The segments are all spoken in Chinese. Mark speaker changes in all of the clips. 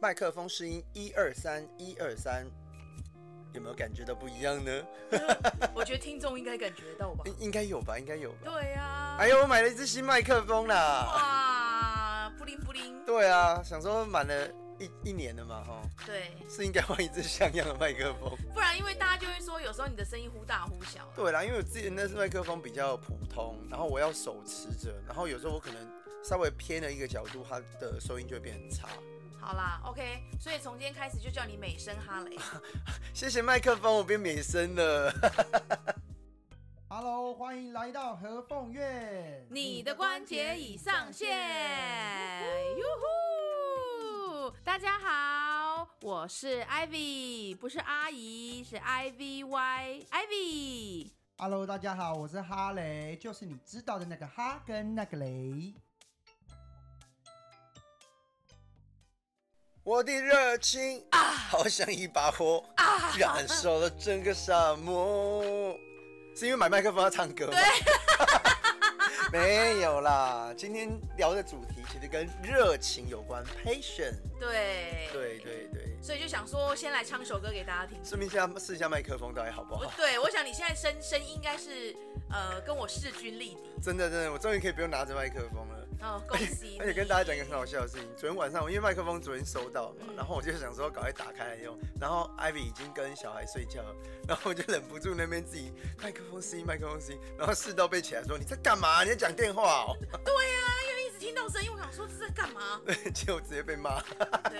Speaker 1: 麦克风试音一二三一二三，有没有感觉到不一样呢？
Speaker 2: 我觉得听众应该感觉 到吧？
Speaker 1: 应应该有吧，应该有吧。
Speaker 2: 对啊，
Speaker 1: 哎呦，我买了一支新麦克风啦！
Speaker 2: 哇，布灵 布灵，
Speaker 1: 对啊，想说满了一一年了嘛，哈，
Speaker 2: 对，
Speaker 1: 是应该换一支像样的麦克风。
Speaker 2: 不然因为大家就会说，有时候你的声音忽大忽小啊。
Speaker 1: 对啦，因为我自己那支麦克风比较普通，然后我要手持着，然后有时候我可能稍微偏了一个角度，它的收音就会变很差。
Speaker 2: 好啦，OK，所以从今天开始就叫你美声哈 雷。
Speaker 1: 谢谢麦克风，我变美声了。Hello，欢迎来到和凤月
Speaker 2: 你的关节已上线，哟呼！大家好，我是 Ivy，不是阿姨，是 IVY，Ivy。
Speaker 3: Hello，大家好，我是哈雷，就是你知道的那个哈跟那个雷。
Speaker 1: 我的热情啊，好像一把火啊，燃烧了整个沙漠。是因为买麦克风要唱歌吗？ 没有啦，今天聊的主题其实跟热情有关，passion。
Speaker 2: 对
Speaker 1: 对，对对，
Speaker 2: 所以就想说，先来唱首歌给大家听。
Speaker 1: 顺便下试一下麦克风到底好不
Speaker 2: 我
Speaker 1: 好？
Speaker 2: 对，我想你现在声声音应该是呃跟我势均力敌。
Speaker 1: 真的真的，我终于可以不用拿着麦克风了。
Speaker 2: 哦，恭喜！
Speaker 1: 而且跟大家讲一个很好笑的事情，昨天晚上我因为麦克风昨天收到嘛，
Speaker 2: 嗯
Speaker 1: 然后我就想说赶快打开来用，然后 Ivy 已经跟小孩睡觉了，然后我就忍不住那边自己麦克风 C 麦克风 C，然后试到被起来说你在干嘛？你在讲电话哦，？
Speaker 2: 对啊，因为一直听到声音，我想说这是在干嘛
Speaker 1: 结果直接被骂，
Speaker 2: 对，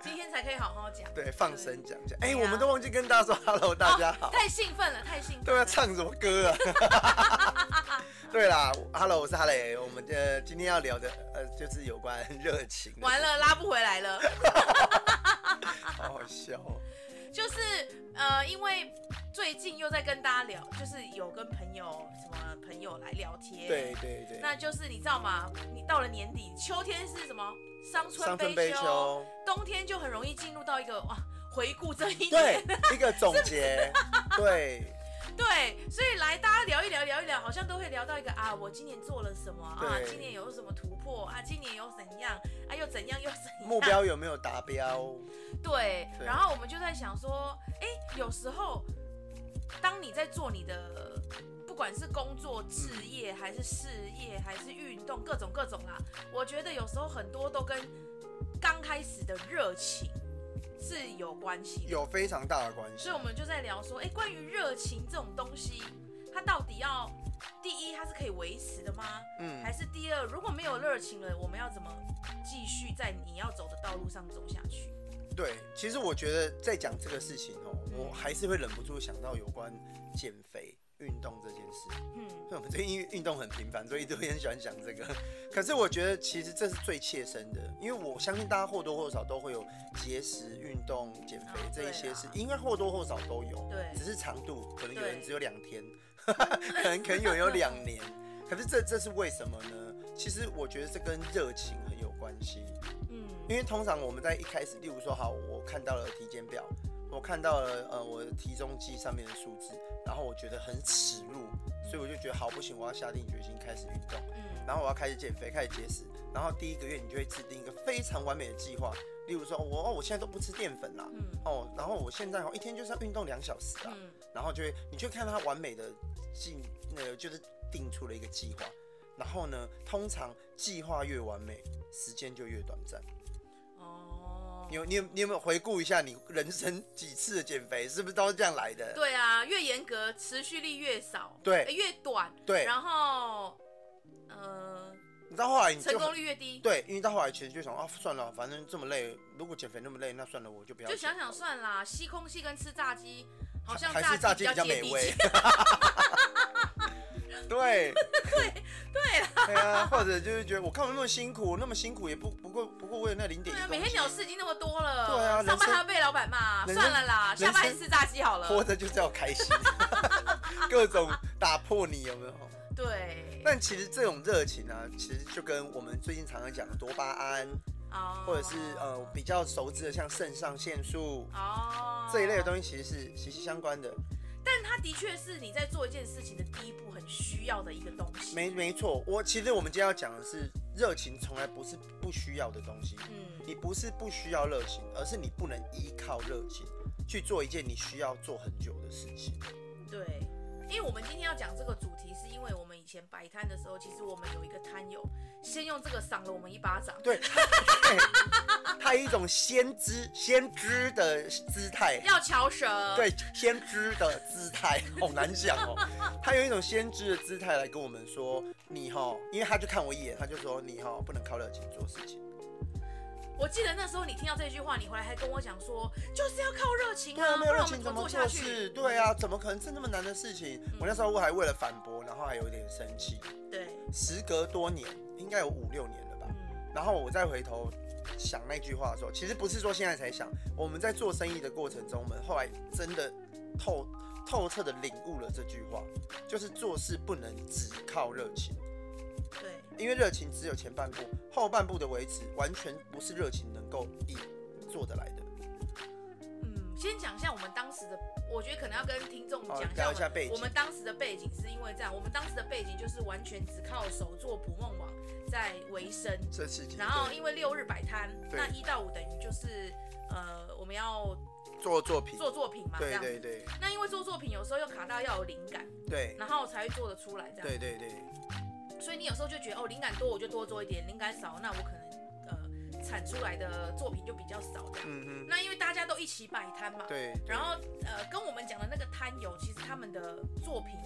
Speaker 2: 今天才可以好好 讲。
Speaker 1: 对，放声讲一下，哎、
Speaker 2: 对啊
Speaker 1: 我们都忘记跟大家说 hello，大家 好，
Speaker 2: 太兴奋了，太兴奋
Speaker 1: 对
Speaker 2: 了。
Speaker 1: 啊，唱什么歌啊？ 对啦我，Hello，我是哈雷，我们的今天要聊的呃就是有关热情的，
Speaker 2: 完了，拉不回来了。
Speaker 1: 好好笑、 哦。
Speaker 2: 就是呃，因为最近又在跟大家聊，就是有跟朋友什么朋友来聊天。。
Speaker 1: 对对对，
Speaker 2: 那就是你知道吗？你到了年底，秋天是什么？伤春
Speaker 1: 伤春
Speaker 2: 悲
Speaker 1: 悲
Speaker 2: 秋，
Speaker 1: 秋。
Speaker 2: 冬天就很容易进入到一个哇，回顾这 一年
Speaker 1: 对。，一个总结，对，
Speaker 2: 对，所以来大家聊一聊，聊一聊，好像都会聊到一个啊，我今年做了什么啊，
Speaker 1: 对
Speaker 2: 今年有什么突破啊，今年有怎样啊，又怎样又怎样。
Speaker 1: 目标有没有达标？
Speaker 2: 对，
Speaker 1: 对
Speaker 2: 然后我们就在想说，哎，有时候当你在做你的。不管是工作、置业，还是事业，还是运动，各种各种啦，我觉得有时候很多都跟刚开始的热情是有关系的。
Speaker 1: 有非常大的关系
Speaker 2: 所以。我们就在聊说，哎、关于热情这种东西，它到底要第一，它是可以维持的吗？
Speaker 1: 嗯
Speaker 2: 还是第二，如果没有热情了，我们要怎么继续在你要走的道路上走下去？
Speaker 1: 对，其实我觉得在讲这个事情哦，
Speaker 2: 嗯
Speaker 1: 我还是会忍不住想到有关减肥、运动这件事。
Speaker 2: 嗯，
Speaker 1: 因为我们最近运动很频繁，所以一直很喜欢讲这个。 可是我觉得其实这是最切身的，因为我相信大家或多或少都会有节食、运动、减肥
Speaker 2: 啊
Speaker 1: 这一些事
Speaker 2: 对啊，
Speaker 1: 应该或多或少都有。
Speaker 2: 对
Speaker 1: 只是长度可能有人
Speaker 2: 对
Speaker 1: 只有两天， 可能可能有人有两年。可是这这是为什么呢？其实我觉得这跟热情很有关系。
Speaker 2: 嗯，
Speaker 1: 因为通常我们在一开始，例如说，好，我看到了体检表，我看到了呃我的体重机上面的数字，然后我觉得很耻辱，所以我就觉得好不行，我要下定决心开始运动，
Speaker 2: 嗯，
Speaker 1: 然后我要开始减肥，开始节食，然后第一个月你就会制定一个非常完美的计划，例如说，哦我哦我现在都不吃淀粉啦，
Speaker 2: 嗯，
Speaker 1: 哦，然后我现在哦一天就是要运动两小时啊，
Speaker 2: 嗯，
Speaker 1: 然后就会你就看他完美的进那个就是定出了一个计划，然后呢，通常计划越完美，时间就越短暂。
Speaker 2: 哦
Speaker 1: 你，有你有你有没有回顾一下你人生几次的减肥，是不是都是这样来的？
Speaker 2: 对啊，越严格，持续力越少，
Speaker 1: 对
Speaker 2: 诶越短，
Speaker 1: 对
Speaker 2: 然后，呃，
Speaker 1: 你到后来你嗯
Speaker 2: 成
Speaker 1: 就
Speaker 2: 功率越低，
Speaker 1: 对，因为到后来其实就想啊，算了，反正这么累，如果减肥那么累，那算了，我就不要
Speaker 2: 就
Speaker 1: 减。
Speaker 2: 想想算啦，吸空气跟吃炸鸡，好像
Speaker 1: 还是炸鸡
Speaker 2: 比
Speaker 1: 比较
Speaker 2: 接
Speaker 1: 美
Speaker 2: 地
Speaker 1: 味
Speaker 2: 气。。
Speaker 1: 对对对对啊，或者就是觉得我干嘛那么辛苦，那么辛苦也不不过不过为了那零点
Speaker 2: 对
Speaker 1: 一
Speaker 2: 啊，
Speaker 1: 公
Speaker 2: 每
Speaker 1: 斤
Speaker 2: 天鸟事已经那么多了，
Speaker 1: 对啊人
Speaker 2: 上班还
Speaker 1: 生
Speaker 2: 要被老板骂，
Speaker 1: 人
Speaker 2: 算
Speaker 1: 生
Speaker 2: 了啦，下班
Speaker 1: 人生
Speaker 2: 吃炸鸡好
Speaker 1: 活
Speaker 2: 了。
Speaker 1: 着就是要开心，各种打破你有没有？
Speaker 2: 对，
Speaker 1: 但其实这种热情啊，其实就跟我们最近常常讲的多巴胺，
Speaker 2: 哦
Speaker 1: 或者是呃比较熟知的像肾上腺素
Speaker 2: 哦
Speaker 1: 这一类的东
Speaker 2: 西，
Speaker 1: 西，其实是息息相关的。
Speaker 2: 但它的确是你在做一件事情的第一步很需要的一个东西。
Speaker 1: 没没错，我其实我们今天要讲的是热情从来不是不需要的东西。
Speaker 2: 嗯，
Speaker 1: 你不是不需要热情，而是你不能依靠热情去做一件你需要做很久的事情。
Speaker 2: 对，因为我们今天要讲这个主题，是因为我们以前摆摊的时候，其实我们有一个摊友先用这个赏了我们一巴掌，
Speaker 1: 对， 对他有一种先知先知的姿态，
Speaker 2: 要翘舌，，
Speaker 1: 对先知的姿态，好难讲哦。他有一种先知的姿态来跟我们说，你哈，因为他就看我一眼，他就说你哈不能靠热情做事情。
Speaker 2: 我记得那时候你听到这句话，你回来还跟我讲说，就是要靠热情
Speaker 1: 对啊，
Speaker 2: 啊，
Speaker 1: 没
Speaker 2: 不
Speaker 1: 有
Speaker 2: 然
Speaker 1: 热
Speaker 2: 我
Speaker 1: 情
Speaker 2: 们怎
Speaker 1: 怎
Speaker 2: 么
Speaker 1: 么
Speaker 2: 做下
Speaker 1: 做
Speaker 2: 去
Speaker 1: 事？？对啊，怎么可能是那么难的事情？我那时候还为了反驳，然后还有一点生气。
Speaker 2: 对，
Speaker 1: 时隔多年，应该有五六年了吧。
Speaker 2: 嗯，
Speaker 1: 然后我再回头想那句话的时候，其实不是说现在才想，我们在做生意的过程中，我们后来真的透透彻的领悟了这句话，就是做事不能只靠热情，
Speaker 2: 对，
Speaker 1: 因为热情只有前半部，后半部的维持完全不是热情能够以做得来的。
Speaker 2: 嗯，先讲一下我们当时的，我觉得可能要跟听众
Speaker 1: 好
Speaker 2: 讲一下
Speaker 1: 聊
Speaker 2: 我
Speaker 1: 一下
Speaker 2: 们
Speaker 1: 背
Speaker 2: 我
Speaker 1: 景
Speaker 2: 们当时的背景是因为这样，我们当时的背景就是完全只靠手做捕梦网在维生，
Speaker 1: 这事情，
Speaker 2: 然后
Speaker 1: 对
Speaker 2: 因为六日摆摊，
Speaker 1: 对
Speaker 2: 那一到五等于就是呃我们要
Speaker 1: 做作品，
Speaker 2: 做作品嘛，这
Speaker 1: 对
Speaker 2: 样子。
Speaker 1: 对对
Speaker 2: 那因为做作品有时候又卡到要有灵感，
Speaker 1: 对
Speaker 2: 然后才会做得出来这样。
Speaker 1: 对对对，
Speaker 2: 所以你有时候就觉得哦，灵感多我就多做一点，灵感少那我可能呃产出来的作品就比较少这样。
Speaker 1: 嗯
Speaker 2: 那因为大家都一起摆摊嘛
Speaker 1: 哼，，对，
Speaker 2: 然后呃，跟我们讲的那个摊友，其实他们的作品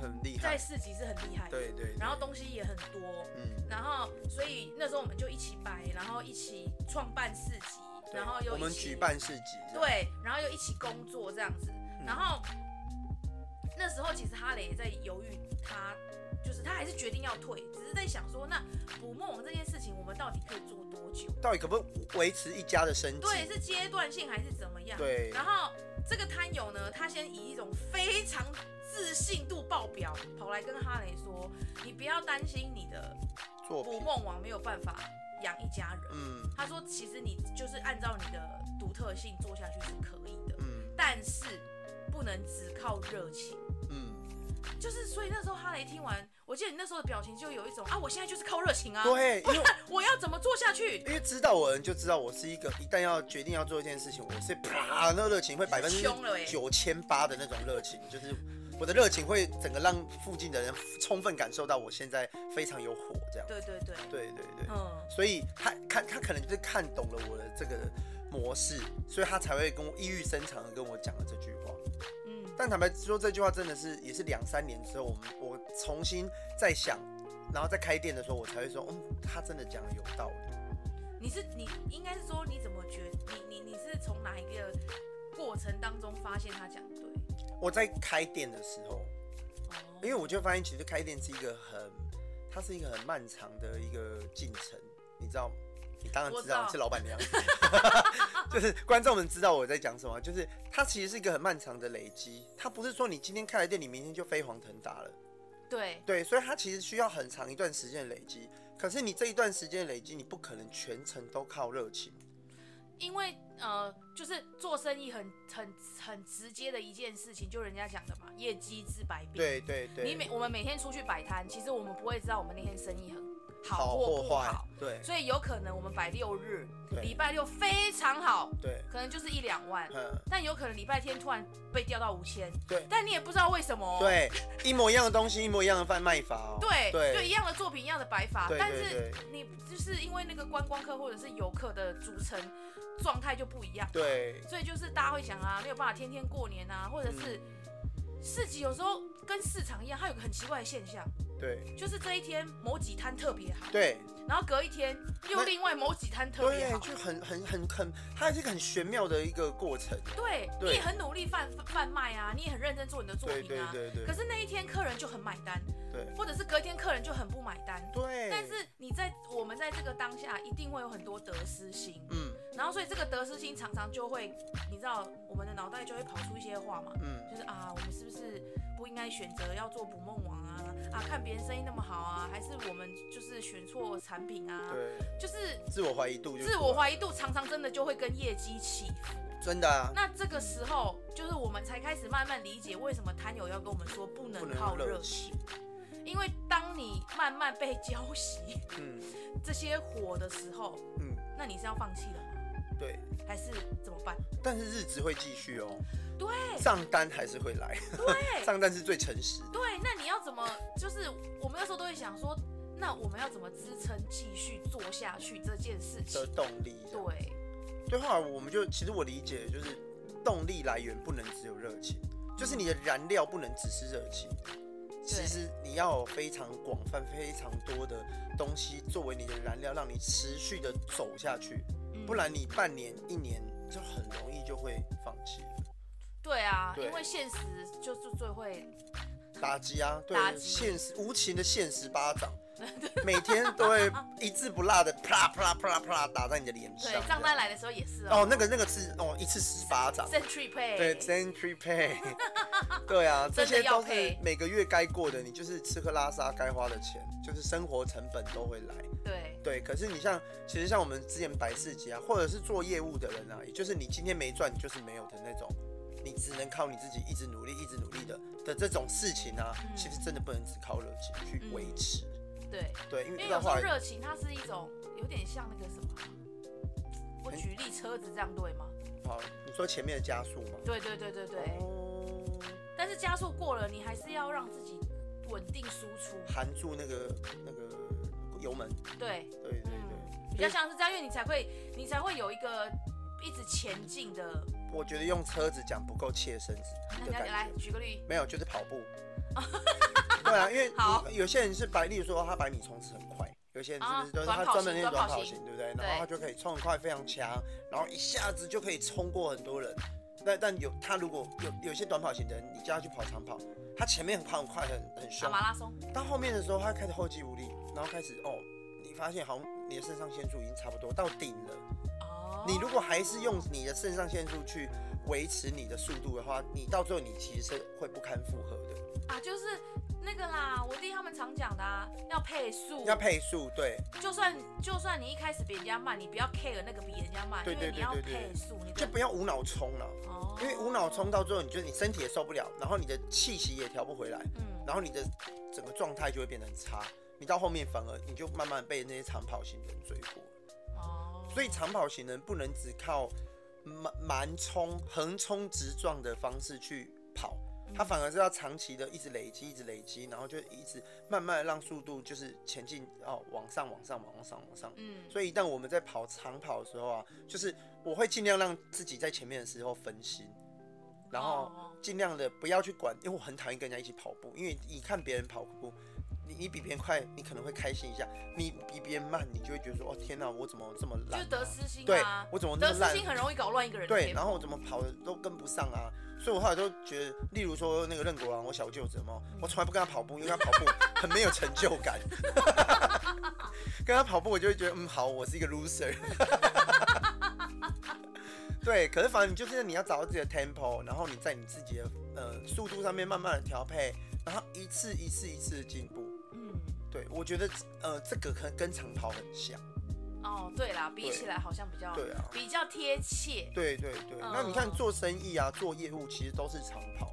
Speaker 1: 很厉
Speaker 2: 在
Speaker 1: 害，
Speaker 2: 市集是很厉害的，
Speaker 1: 对对对
Speaker 2: 然后东西也很多，
Speaker 1: 嗯，
Speaker 2: 然后所以那时候我们就一起摆，然后一起创办市集，
Speaker 1: 对
Speaker 2: 然后又
Speaker 1: 我们
Speaker 2: 一起
Speaker 1: 举办嗯市集，这样，
Speaker 2: 对，然后又一起工作这样子，然后那时候其实哈雷也在犹豫他。就是他还是决定要退，只是在想说，那捕梦网这件事情，我们到底可以做多久？
Speaker 1: 到底可不可以维持一家的生计？
Speaker 2: 对，是阶段性还是怎么样？
Speaker 1: 对
Speaker 2: 然后这个摊友呢，他先以一种非常自信度爆表，跑来跟哈雷说：“你不要担心你的
Speaker 1: 作
Speaker 2: 捕
Speaker 1: 品，
Speaker 2: 梦网没有办法养一家人。
Speaker 1: 嗯
Speaker 2: 他说：“其实你就是按照你的独特性做下去是可以的，
Speaker 1: 嗯
Speaker 2: 但是不能只靠热情。”
Speaker 1: 嗯，
Speaker 2: 就是，所以那时候哈雷听完，我记得你那时候的表情就有一种啊，我现在就是靠热情啊，
Speaker 1: 对，因为
Speaker 2: 我要怎么做下去？
Speaker 1: 因为知道我的人就知道我是一个一旦要决定要做一件事情，我是啪，那个热情会百分之
Speaker 2: 凶了欸
Speaker 1: 九千八的那种热情，就是我的热情会整个让附近的人充分感受到我现在非常有火，这样。
Speaker 2: 对对对，
Speaker 1: 对对对，
Speaker 2: 嗯，
Speaker 1: 所以他看他可能就是看懂了我的这个模式，所以他才会跟我意欲深长的跟我讲了这句话。
Speaker 2: 嗯，
Speaker 1: 但坦白说，这句话真的是也是两三年之后，我们我重新再想，然后再开店的时候，我才会说，嗯，他真的讲的有道理。
Speaker 2: 你是你应该是说你怎么觉你你你是从哪一个过程当中发现他讲对？
Speaker 1: 我在开店的时候，
Speaker 2: 哦，
Speaker 1: 因为我就发现，其实开店是一个很，它是一个很漫长的一个进程，你知道？你当然
Speaker 2: 我
Speaker 1: 知
Speaker 2: 知
Speaker 1: 道
Speaker 2: 道
Speaker 1: 是老板娘， 就是观众们知道我在讲什么，就是它其实是一个很漫长的累积，它不是说你今天开了店，你明天就飞黄腾达了，
Speaker 2: 对
Speaker 1: 对，所以它其实需要很长一段时间的累积。可是你这一段时间的累积，你不可能全程都靠热情，
Speaker 2: 因为呃，就是做生意很很很直接的一件事情，就人家讲的嘛，业绩治百病。，
Speaker 1: 对对
Speaker 2: 你
Speaker 1: 对，
Speaker 2: 每我们每天出去摆摊，其实我们不会知道我们那天生意很好
Speaker 1: 好
Speaker 2: 或
Speaker 1: 或
Speaker 2: 不
Speaker 1: 坏
Speaker 2: 好，，
Speaker 1: 对
Speaker 2: 所以有可能我们摆六日，
Speaker 1: 对
Speaker 2: 礼拜六非常好，
Speaker 1: 对，
Speaker 2: 可能就是一两万，
Speaker 1: 嗯。
Speaker 2: 但有可能礼拜天突然被掉到五千，
Speaker 1: 对
Speaker 2: 但你也不知道为什么哦、
Speaker 1: 对，一模一样的东西，一模一样的贩卖法哦。
Speaker 2: 对
Speaker 1: 对，
Speaker 2: 就一样的作品，一样的摆法，
Speaker 1: 对
Speaker 2: 但
Speaker 1: 对
Speaker 2: 是
Speaker 1: 对
Speaker 2: 你就是因为那个观光客或者是游客的组成状态就不一样，，
Speaker 1: 对，
Speaker 2: 所以就是大家会想啊，没有办法天天过年啊，或者是
Speaker 1: 嗯
Speaker 2: 市集有时候跟市场一样，它有个很奇怪的现象，
Speaker 1: 对
Speaker 2: 就是这一天某几摊特别好，
Speaker 1: 对
Speaker 2: 然后隔一天又
Speaker 1: 那
Speaker 2: 另外某几摊特别
Speaker 1: 对，
Speaker 2: 好，
Speaker 1: 就很很很很，它是一个很玄妙的一个过程。
Speaker 2: 对，
Speaker 1: 对
Speaker 2: 你也很努力贩贩卖啊，你也很认真做你的作
Speaker 1: 对
Speaker 2: 品
Speaker 1: 对
Speaker 2: 啊，
Speaker 1: 对对
Speaker 2: 可是那一天客人就很买单，
Speaker 1: 对
Speaker 2: 或者是隔一天客人就很不买单，
Speaker 1: 对，
Speaker 2: 但是你在我们在这个当下，一定会有很多得失心，
Speaker 1: 嗯
Speaker 2: 然后所以这个得失心常常就会，你知道我们的脑袋就会跑出一些话嘛，
Speaker 1: 嗯，
Speaker 2: 就是啊，我们是不是不应该选择要做捕梦网啊？啊，看别人生意那么好啊，还是我们就是选错产品啊？
Speaker 1: 对，
Speaker 2: 就是
Speaker 1: 自我怀疑度就
Speaker 2: 自我怀疑度常常真的就会跟业绩起伏。
Speaker 1: 疑，真的啊，
Speaker 2: 那这个时候，就是我们才开始慢慢理解为什么摊友要跟我们说不
Speaker 1: 不
Speaker 2: 能
Speaker 1: 能
Speaker 2: 靠
Speaker 1: 热
Speaker 2: 热
Speaker 1: 情。
Speaker 2: 因因为当你慢慢被浇熄
Speaker 1: 嗯
Speaker 2: 这些火的时候，
Speaker 1: 嗯，
Speaker 2: 那你是要放弃了吗？
Speaker 1: 对，
Speaker 2: 还是怎么办？
Speaker 1: 但是日子会继续哦，
Speaker 2: 对
Speaker 1: 账单还是会来，
Speaker 2: 对
Speaker 1: 账单是最诚实的，
Speaker 2: 对，那你要怎么？就是我们那时候都会想说，那我们要怎么支撑继续做下去这件事情
Speaker 1: 的？动力这样。
Speaker 2: 对，
Speaker 1: 对，后来我们就其实我理解就是动力来源不能只有热情，就是你的燃料不能只是热情。其实你要有非常广泛、非常多的东西作为你的燃料，让你持续的走下去，
Speaker 2: 嗯
Speaker 1: 不然你半年、一年就很容易就会放弃了。
Speaker 2: 对啊，
Speaker 1: 对
Speaker 2: 因为现实就是最会，
Speaker 1: 打击啊，对
Speaker 2: 打，击
Speaker 1: 现实无情的现实巴 掌，每天都会一字不落的啪啪啪啪打在你的脸上
Speaker 2: 对。，账单来的时候也是
Speaker 1: 啊
Speaker 2: 啊
Speaker 1: 哦，那个那个是哦，一次十巴掌。
Speaker 2: Century Pay，
Speaker 1: 对，Century Pay，对啊，这
Speaker 2: 真
Speaker 1: 些
Speaker 2: 的要
Speaker 1: 都是
Speaker 2: 配
Speaker 1: 每个月该过的，你就是吃喝拉撒该花的钱，就是生活成本都会来。
Speaker 2: 对
Speaker 1: 对，可是你像，其实像我们之前百事节啊，或者是做业务的人啊，也就是你今天没赚，你就是没有的那种，你只能靠你自己一直努力、一直努力的的这种事情啊，
Speaker 2: 嗯
Speaker 1: 其实真的不能只靠热情去维持。
Speaker 2: 对，
Speaker 1: 对，因
Speaker 2: 因
Speaker 1: 为
Speaker 2: 为
Speaker 1: 到
Speaker 2: 有时候
Speaker 1: 后来，
Speaker 2: 热情它是一种有点像那个什么啊，我
Speaker 1: 很
Speaker 2: 举例车子这样对吗？
Speaker 1: 好，你说前面的加速嘛，
Speaker 2: 对对对对对，
Speaker 1: 哦，
Speaker 2: 但是加速过了，你还是要让自己稳定输出，
Speaker 1: 含住那个那个油门，
Speaker 2: 对，
Speaker 1: 对对对。
Speaker 2: 比较像是这样，因为你才会你才会有一个一直前进的。
Speaker 1: 我觉得用车子讲不够切身
Speaker 2: 嗯
Speaker 1: 的
Speaker 2: 那你要
Speaker 1: 感
Speaker 2: 来
Speaker 1: 觉，
Speaker 2: 举个例，
Speaker 1: 没有，就是跑 步。对啊，因为
Speaker 2: 好
Speaker 1: 你有些人是百，例如说他百米冲刺很快，有些人是不
Speaker 2: 啊
Speaker 1: 是都是
Speaker 2: 短
Speaker 1: 他
Speaker 2: 跑
Speaker 1: 专门
Speaker 2: 型
Speaker 1: 练
Speaker 2: 短
Speaker 1: 短
Speaker 2: 跑
Speaker 1: 跑
Speaker 2: 型
Speaker 1: 型，对不对？然
Speaker 2: 对
Speaker 1: 后他就可以冲很快，非常强，然后一下子就可以冲过很多人。但但有他如果有有些短跑型的人，你叫他去跑长跑，他前面很快很快很很
Speaker 2: 打
Speaker 1: 凶，
Speaker 2: 马拉松，
Speaker 1: 到后面的时候他开始后继无力，然后开始哦，你发现好像你的肾上腺素已经差不多到顶了。
Speaker 2: 哦，
Speaker 1: 你如果还是用你的肾上腺素去维持你的速度的话，你到最后你其实是会不堪负荷的，
Speaker 2: 啊，就是那个啦，我弟他们常讲的啊，要配速，
Speaker 1: 要配速，对
Speaker 2: 就算就算你一开始比人家慢，你不要 care 那个比人家慢，
Speaker 1: 对对
Speaker 2: 因为你要
Speaker 1: 对对对
Speaker 2: 配速，你
Speaker 1: 就不要无脑冲了，
Speaker 2: 哦，
Speaker 1: 因为无脑冲到最后，你觉得你身体也受不了，然后你的气息也调不回来，
Speaker 2: 嗯，
Speaker 1: 然后你的整个状态就会变得很差，你到后面反而你就慢慢被那些长跑型人追过，
Speaker 2: 哦，
Speaker 1: 所以长跑型人不能只靠蛮蛮冲、横冲直撞的方式去跑，他反而是要长期的一直累积、一直累积，然后就一直慢慢地让速度就是前进哦，往上、往上、往上、往上。
Speaker 2: 嗯，
Speaker 1: 所以一旦我们在跑长跑的时候啊，就是我会尽量让自己在前面的时候分心，然后
Speaker 2: 哦
Speaker 1: 尽量的不要去管，因为我很讨厌跟人家一起跑步，因为你看别人跑步，你你比别人快，你可能会开心一下；你比别人慢，你就会觉得说哦天哪，我怎么这么
Speaker 2: 就
Speaker 1: 烂
Speaker 2: 是
Speaker 1: 啊、
Speaker 2: 得失心
Speaker 1: 对
Speaker 2: 啊，，
Speaker 1: 我怎么那
Speaker 2: 得
Speaker 1: 么烂
Speaker 2: 失？心很容易搞乱一个人的
Speaker 1: 对，
Speaker 2: tempo
Speaker 1: 然后我怎么跑的都跟不上啊？所以我后来都觉得，例如说那个任国啊，我小舅子嘛，我从来不跟他跑步，因为他跑步很没有成就感。 跟他跑步，我就会觉得，嗯，好，我是一个 loser。对，可是反正就是你要找到自己的 tempo，然后你在你自己的呃速度上面慢慢的调配，然后一次一次一次的进步。
Speaker 2: 嗯，
Speaker 1: 对，我觉得呃这个可能跟长跑很像。
Speaker 2: 哦，对啦，比起来好像比较
Speaker 1: 对啊
Speaker 2: 比较贴切，
Speaker 1: 对对对，
Speaker 2: 嗯
Speaker 1: 那你看做生意啊，做业务其实都是长跑，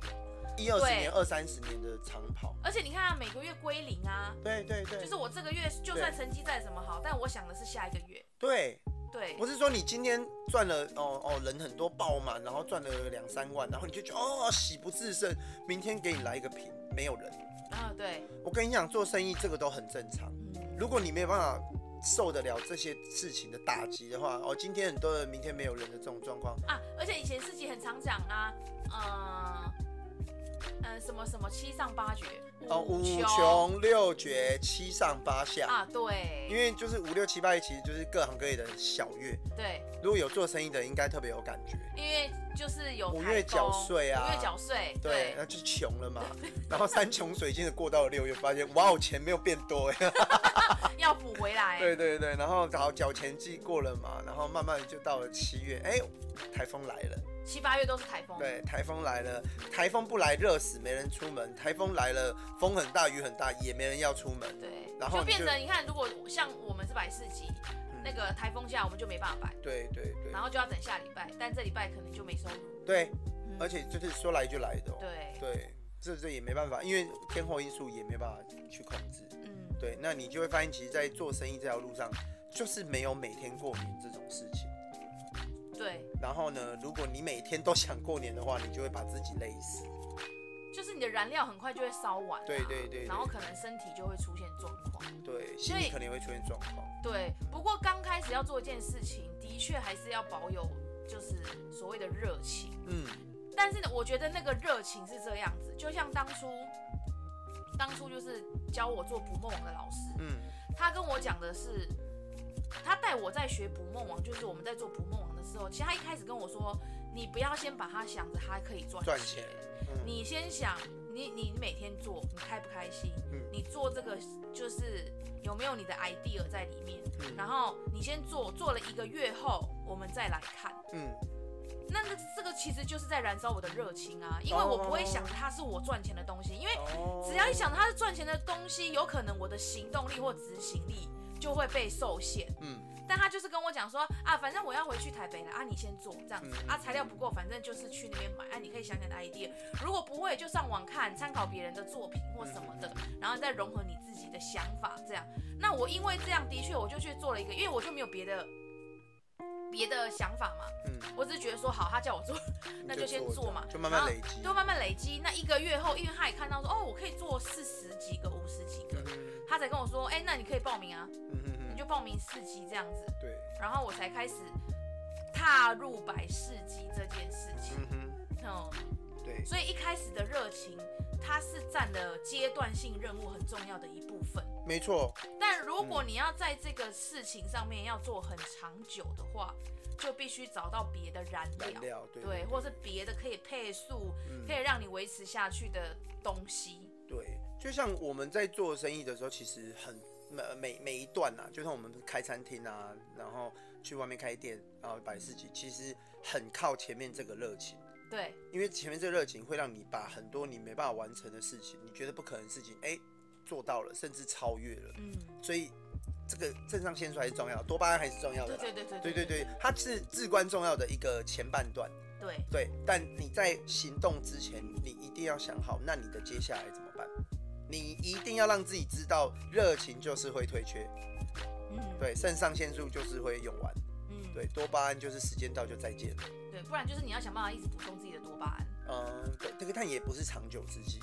Speaker 1: 一二十年、二三十年的长跑。
Speaker 2: 而且你看啊每个月归零啊，
Speaker 1: 对对对，
Speaker 2: 就是我这个月就算成绩再怎么好，但我想的是下一个月，
Speaker 1: 对，
Speaker 2: 对，
Speaker 1: 不是说你今天赚了哦哦人很多爆满，然后赚了两三万，然后你就觉得哦喜不自胜，明天给你来一个平没有人。
Speaker 2: 啊，对，
Speaker 1: 我跟你讲，做生意这个都很正常。
Speaker 2: 嗯，
Speaker 1: 如果你没有办法受得了这些事情的打击的话，哦今天很多人，明天没有人的这种状况，
Speaker 2: 啊，而且以前自己很常讲啊，呃，呃，什么什么七上八绝，嗯
Speaker 1: 哦五穷六绝七上八下。
Speaker 2: 啊，对，
Speaker 1: 因为就是五六七八月，其实就是各行各业的小月。
Speaker 2: 对，
Speaker 1: 如果有做生意的，应该特别有感觉。
Speaker 2: 因为就是有
Speaker 1: 五月
Speaker 2: 台风
Speaker 1: 缴税啊
Speaker 2: 五月缴税，
Speaker 1: 对
Speaker 2: 对，，
Speaker 1: 那就穷了嘛。然后山穷水尽的过到了六月，发现哇哦，钱没有变多哎。
Speaker 2: 要补回 来，
Speaker 1: 对对对，然后好缴钱季过了嘛，然后慢慢就到了七月，哎，台风来了。
Speaker 2: 七八月都是台风，
Speaker 1: 对，台风来了，台风不来热死，没人出门；台风来了，风很大，雨很大，也没人要出门。
Speaker 2: 对，
Speaker 1: 然后
Speaker 2: 就
Speaker 1: 你就
Speaker 2: 变成你看，如果像我们是百事集，
Speaker 1: 嗯
Speaker 2: 那个台风假我们就没办法摆，
Speaker 1: 对对对
Speaker 2: 然后就要等下礼拜，但这礼拜可能就没收入，
Speaker 1: 对，
Speaker 2: 嗯
Speaker 1: 而且就是说来就来的、哦。
Speaker 2: 对，
Speaker 1: 对，这这也没办法，因为天候因素也没办法去控制。
Speaker 2: 嗯，
Speaker 1: 对，那你就会发现，其实，在做生意这条路上，就是没有每天过年这种事情。
Speaker 2: 对，
Speaker 1: 然后呢，如果你每天都想过年的话，你就会把自己累死。
Speaker 2: 就是你的燃料很快就会烧完啊、
Speaker 1: 对对对对
Speaker 2: 然后可能身体就会出现状况。
Speaker 1: 对，
Speaker 2: 所
Speaker 1: 心
Speaker 2: 以
Speaker 1: 里可能会出现状况。
Speaker 2: 对，不过刚开始要做一件事情，的确还是要保有就是所谓的热情。
Speaker 1: 嗯，
Speaker 2: 但是呢，我觉得那个热情是这样子，就像当初，当初就是教我做捕梦网的老师，
Speaker 1: 嗯
Speaker 2: 他跟我讲的是，他带我在学捕梦网，就是我们在做捕梦网的时候，其实他一开始跟我说，你不要先把它想着它可以赚
Speaker 1: 赚钱，
Speaker 2: 钱
Speaker 1: 嗯
Speaker 2: 你先想你你每天做，你开不开心，
Speaker 1: 嗯
Speaker 2: 你做这个就是有没有你的 idea 在里面，
Speaker 1: 嗯
Speaker 2: 然后你先做，做了一个月后，我们再来看。
Speaker 1: 嗯，
Speaker 2: 那个这个其实就是在燃烧我的热情啊，因为我不会想着它是我赚钱的东西，因为
Speaker 1: 哦
Speaker 2: 哎只要一想它是赚钱的东西，有可能我的行动力或执行力就会被受限。
Speaker 1: 嗯
Speaker 2: 但他就是跟我讲说啊，反正我要回去台北了啊，你先做这样子
Speaker 1: 嗯
Speaker 2: 啊，材料不够，反正就是去那边买啊，你可以想想 idea，如果不会就上网看，参考别人的作品或什么的，然后再融合你自己的想法这样。那我因为这样的确我就去做了一个，因为我就没有别的别的想法嘛，
Speaker 1: 嗯，
Speaker 2: 我只是觉得说好，他叫我做，那就先做嘛
Speaker 1: 就慢慢累积。
Speaker 2: 就慢慢累积。那一个月后，因为他也看到说，哦，我可以做四十几个、五十几个
Speaker 1: 嗯，嗯
Speaker 2: 他才跟我说，哎、那你可以报名啊，
Speaker 1: 嗯嗯
Speaker 2: 你
Speaker 1: 嗯，
Speaker 2: 就报名四级这样子。
Speaker 1: 对，
Speaker 2: 然后我才开始踏入百事级这件事情。
Speaker 1: 嗯哼，
Speaker 2: 哦、
Speaker 1: 对，
Speaker 2: 所以一开始的热情，它是占了阶段性任务很重要的一部分。
Speaker 1: 没错，
Speaker 2: 但如果你要在这个事情上面要做很长久的话，就必须找到别的燃料，
Speaker 1: 燃料对
Speaker 2: 对，或是别的可以配速，
Speaker 1: 嗯
Speaker 2: 可以让你维持下去的东西。
Speaker 1: 对，就像我们在做生意的时候，其实很每每每一段啊，就像我们开餐厅啊，然后去外面开店，然后摆市集，其实很靠前面这个热情，
Speaker 2: 对，
Speaker 1: 因为前面这个热情会让你把很多你没办法完成的事情，你觉得不可能的事情，哎、做到了，甚至超越了，
Speaker 2: 嗯，
Speaker 1: 所以这个肾上腺素还是重要，多巴胺还是重要的
Speaker 2: 对
Speaker 1: 啦。
Speaker 2: 对对对
Speaker 1: 对对对，它是至关重要的一个前半段，
Speaker 2: 对，
Speaker 1: 对，但你在行动之前，你一定要想好，那你的接下来怎么办？你一定要让自己知道，热情就是会退却，
Speaker 2: 嗯，
Speaker 1: 对，肾上腺素就是会用完，
Speaker 2: 嗯，
Speaker 1: 对，多巴胺就是时间到就再见了。
Speaker 2: 对，不然就是你要想办法一直补充自己的多巴胺。
Speaker 1: 嗯，对，这个但也不是长久之计，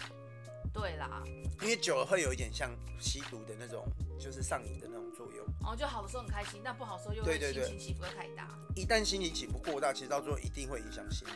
Speaker 2: 对啦，
Speaker 1: 因为久了会有一点像吸毒的那种，就是上瘾的那种作用。
Speaker 2: 然后就好的时候很开心，但不好的时候又
Speaker 1: 对
Speaker 2: 会
Speaker 1: 对
Speaker 2: 心
Speaker 1: 对
Speaker 2: 情起伏会太大。
Speaker 1: 一旦心理起伏过大，其实到最后一定会影响心理，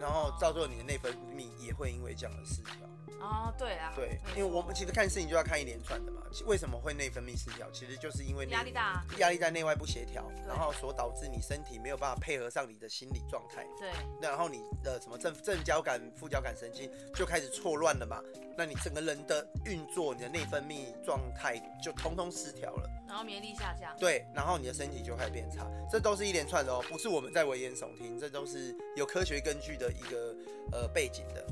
Speaker 1: 然后到最后你的内分泌也会因为这样的失调。
Speaker 2: 哦，对啦，
Speaker 1: 对
Speaker 2: 没，
Speaker 1: 因为我
Speaker 2: 错
Speaker 1: 们其实看事情就要看一连串的嘛。其为什么会内分泌失调？其实就是因为内
Speaker 2: 压力大啊，
Speaker 1: 压力在内外不协调，然后所导致你身体没有办法配合上你的心理状态，
Speaker 2: 对，
Speaker 1: 那然后你的什么正正交感、副交感神经就开始错乱了嘛。那你整个人的运作，你的内分泌状态就通通失调了。
Speaker 2: 然后免疫力下降。
Speaker 1: 对，然后你的身体就开始变差，这都是一连串的哦，不是我们在危言耸听，这都是有科学根据的一个呃背景的。